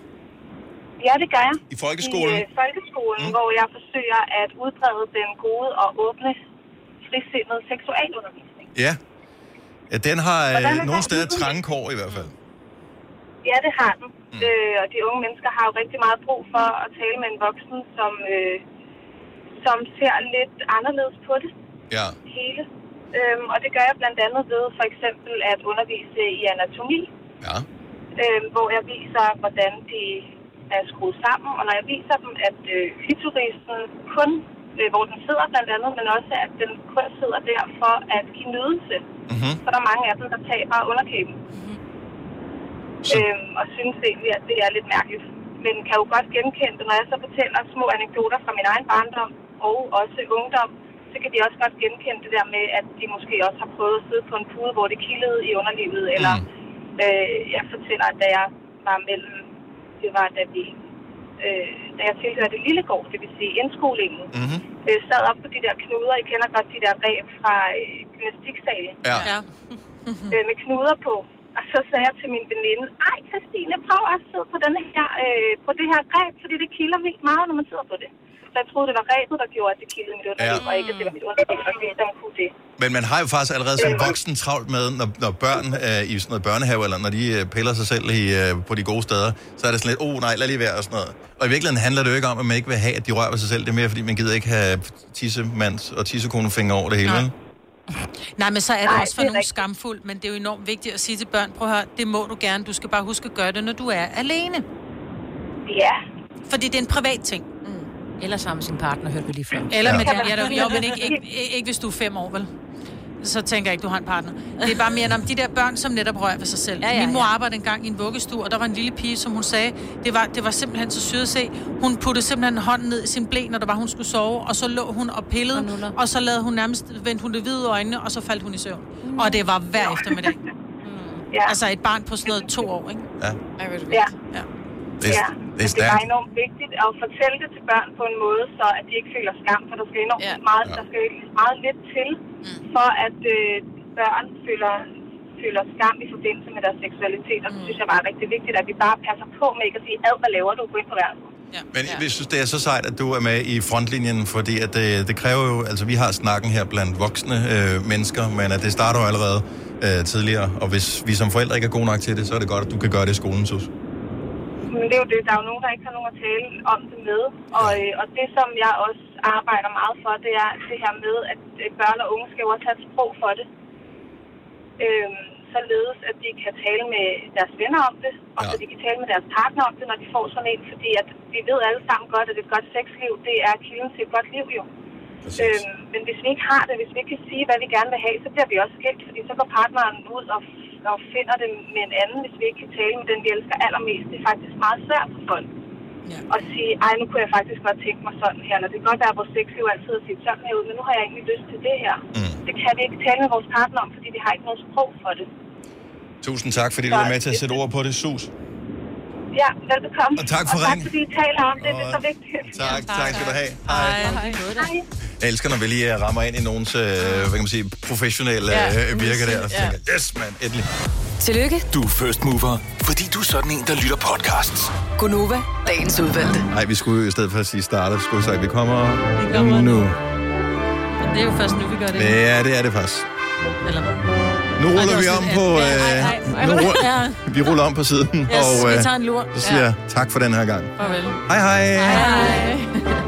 S19: Ja, det gør jeg.
S1: I folkeskolen?
S19: I øh, folkeskolen, mm. hvor jeg forsøger at udbrede den gode og åbne frisindede seksualundervisning.
S1: Ja. ja den har
S19: Hvordan er
S1: øh, nogle
S19: det?
S1: steder trange kår i hvert fald.
S19: Ja, det har den. Mm. Øh, og de unge mennesker har jo rigtig meget brug for at tale med en voksen, som, øh, som ser lidt anderledes på det
S1: Ja.
S19: hele. Øhm, og det gør jeg blandt andet ved for eksempel at undervise i anatomi,
S1: Ja.
S19: øhm, hvor jeg viser, hvordan de er skruet sammen. Og når jeg viser dem, at øh, klitorisen kun, øh, hvor den sidder blandt andet, men også at den kun sidder der for at give nydelse.
S1: Mm-hmm.
S19: Så er der mange af dem, der taber underkæben. Øhm, og synes egentlig, at det er lidt mærkeligt. Men kan jo godt genkende det, når jeg så fortæller små anekdoter fra min egen barndom og også ungdom, så kan de også godt genkende det der med, at de måske også har prøvet at sidde på en pude, hvor det kildede i underlivet. Eller øh, jeg fortæller, at da jeg var mellem, det var da vi øh, da jeg tilhørte Lillegård, det vil sige indskolingen,
S1: mm-hmm.
S19: øh, sad op på de der knuder. I kender godt de der greb fra øh, gymnastiksalen
S1: Ja.
S19: ja. øh, med knuder på. Og så sagde jeg til min veninde, ej Christine, prøv at sidde på, denne her, øh, på det her greb, fordi det kilder vildt meget, når man sidder på det. Så jeg troede, det var rebet, der gjorde, at det kildede mit underliv, ja. og ikke at det var mit underliv, der kildede, der kunne det.
S1: Men man har jo faktisk allerede som voksen travlt med, når, når børn øh, i sådan noget børnehave, eller når de øh, piller sig selv i, øh, på de gode steder, så er det sådan lidt, oh nej, lad lige være og sådan noget. Og i virkeligheden handler det jo ikke om, at man ikke vil have, at de rører ved sig selv. Det er mere, fordi man gider ikke have tissemands og tissekonefinger over det hele. vel?
S2: Nej, men så er det
S19: Nej,
S2: også for
S19: det er
S2: nogle skamfuld, men det er jo enormt vigtigt at sige til børn, prøv at høre, det må du gerne, du skal bare huske at gøre det, når du er alene.
S19: Ja.
S2: Fordi det er en privat ting.
S4: Mm. Eller sammen med sin partner, hørte vi lige før.
S2: Eller med
S4: Ja.
S2: ja. Ja, jo, men ikke, ikke, ikke, ikke hvis du er fem år, vel? Så tænker jeg ikke, du har en partner. Det er bare mere om de der børn, som netop rører ved sig selv. Ja, ja, Min mor arbejdede engang i en vuggestue, og der var en lille pige, som hun sagde, det var, det var simpelthen så syret at se. Hun puttede simpelthen hånden ned i sin blæ, når der var, hun skulle sove, og så lå hun og pillede, og, og så lavede hun nærmest, vendte hun det hvide øjnene, og så faldt hun i søvn. Mm. Og det var hver eftermiddag. Mm. Ja. Altså et barn på sådan noget to år, ikke?
S1: Ja.
S19: Ja.
S2: ja.
S1: Det er-
S19: ja.
S1: det er
S19: Men det er bare
S1: stærkt.
S19: enormt vigtigt at fortælle det til børn på en måde, så at de ikke føler skam, for der skal enormt ja. meget, der skal meget lidt til, for at øh, børn føler, føler skam i forbindelse med deres seksualitet, og det synes jeg bare er rigtig vigtigt, at vi bare passer på med ikke at sige, ad, hvad laver du på ind på værelset?
S1: Men jeg synes, det er så sejt, at du er med i frontlinjen, fordi at det, det kræver jo, altså vi har snakken her blandt voksne øh, mennesker, men at det starter jo allerede øh, tidligere, og hvis vi som forældre ikke er gode nok til det, så er det godt, at du kan gøre det i skolen, Sus.
S19: Men det er jo det, der er jo nogen, der ikke har nogen at tale om det med. Og, øh, og det, som jeg også arbejder meget for, det er det her med, at øh, børn og unge skal jo også have et sprog for det. Øhm, således, at de kan tale med deres venner om det, og så de kan tale med deres partner om det, når de får sådan en. Fordi at vi ved alle sammen godt, at et godt sexliv, det er kilden til et godt liv jo. Øhm, men hvis vi ikke har det, hvis vi ikke kan sige, hvad vi gerne vil have, så bliver vi også skilt, fordi så går partneren ud og, og finder det med en anden, hvis vi ikke kan tale med den, vi elsker allermest. Det er faktisk meget svært for folk ja. at sige, ej, nu kunne jeg faktisk godt tænke mig sådan her, eller det kan godt være, at vores sexliv altid har set sådan her ud, men nu har jeg egentlig lyst til det her. Mm. Det kan vi ikke tale med vores partner om, fordi vi har ikke noget sprog for det.
S1: Tusind tak, fordi du var med til at sætte ord på det, Sus.
S19: Ja, velbekomme.
S1: Og tak for
S19: og tak,
S1: ringen.
S19: fordi I taler om det, det er så vigtigt.
S1: Tak, tak skal du have.
S19: Hej. Hej.
S1: Jeg elsker, når vi lige øh, rammer ind i nogens, øh, hvad kan man sige, professionelle
S6: Ja,
S1: øh, virke
S6: musik,
S1: der. Og så
S6: ja.
S1: tænker, jeg, yes, man, endelig.
S6: Tillykke.
S1: Du er first mover, fordi du er sådan en, der lytter podcasts.
S6: Gunova, dagens udvalgte.
S1: Nej, vi skulle jo i stedet for at sige starter, så skulle vi have sagt, vi kommer, vi kommer nu.
S2: Men det er jo først nu, vi gør det.
S1: Ja, det er det faktisk.
S2: Eller hvad?
S1: Nu
S2: Ej, det
S1: ruller
S2: var
S1: vi
S2: sådan,
S1: om
S2: at-
S1: på...
S2: Ja,
S1: øh,
S2: ej, ej.
S1: nu ruller-
S2: Ja.
S1: Vi ruller om på siden,
S2: Yes,
S1: og øh,
S2: vi tager en lur.
S1: så siger
S2: Ja.
S1: jeg tak for den her gang.
S2: Farvel.
S1: Hej hej.
S2: Hej.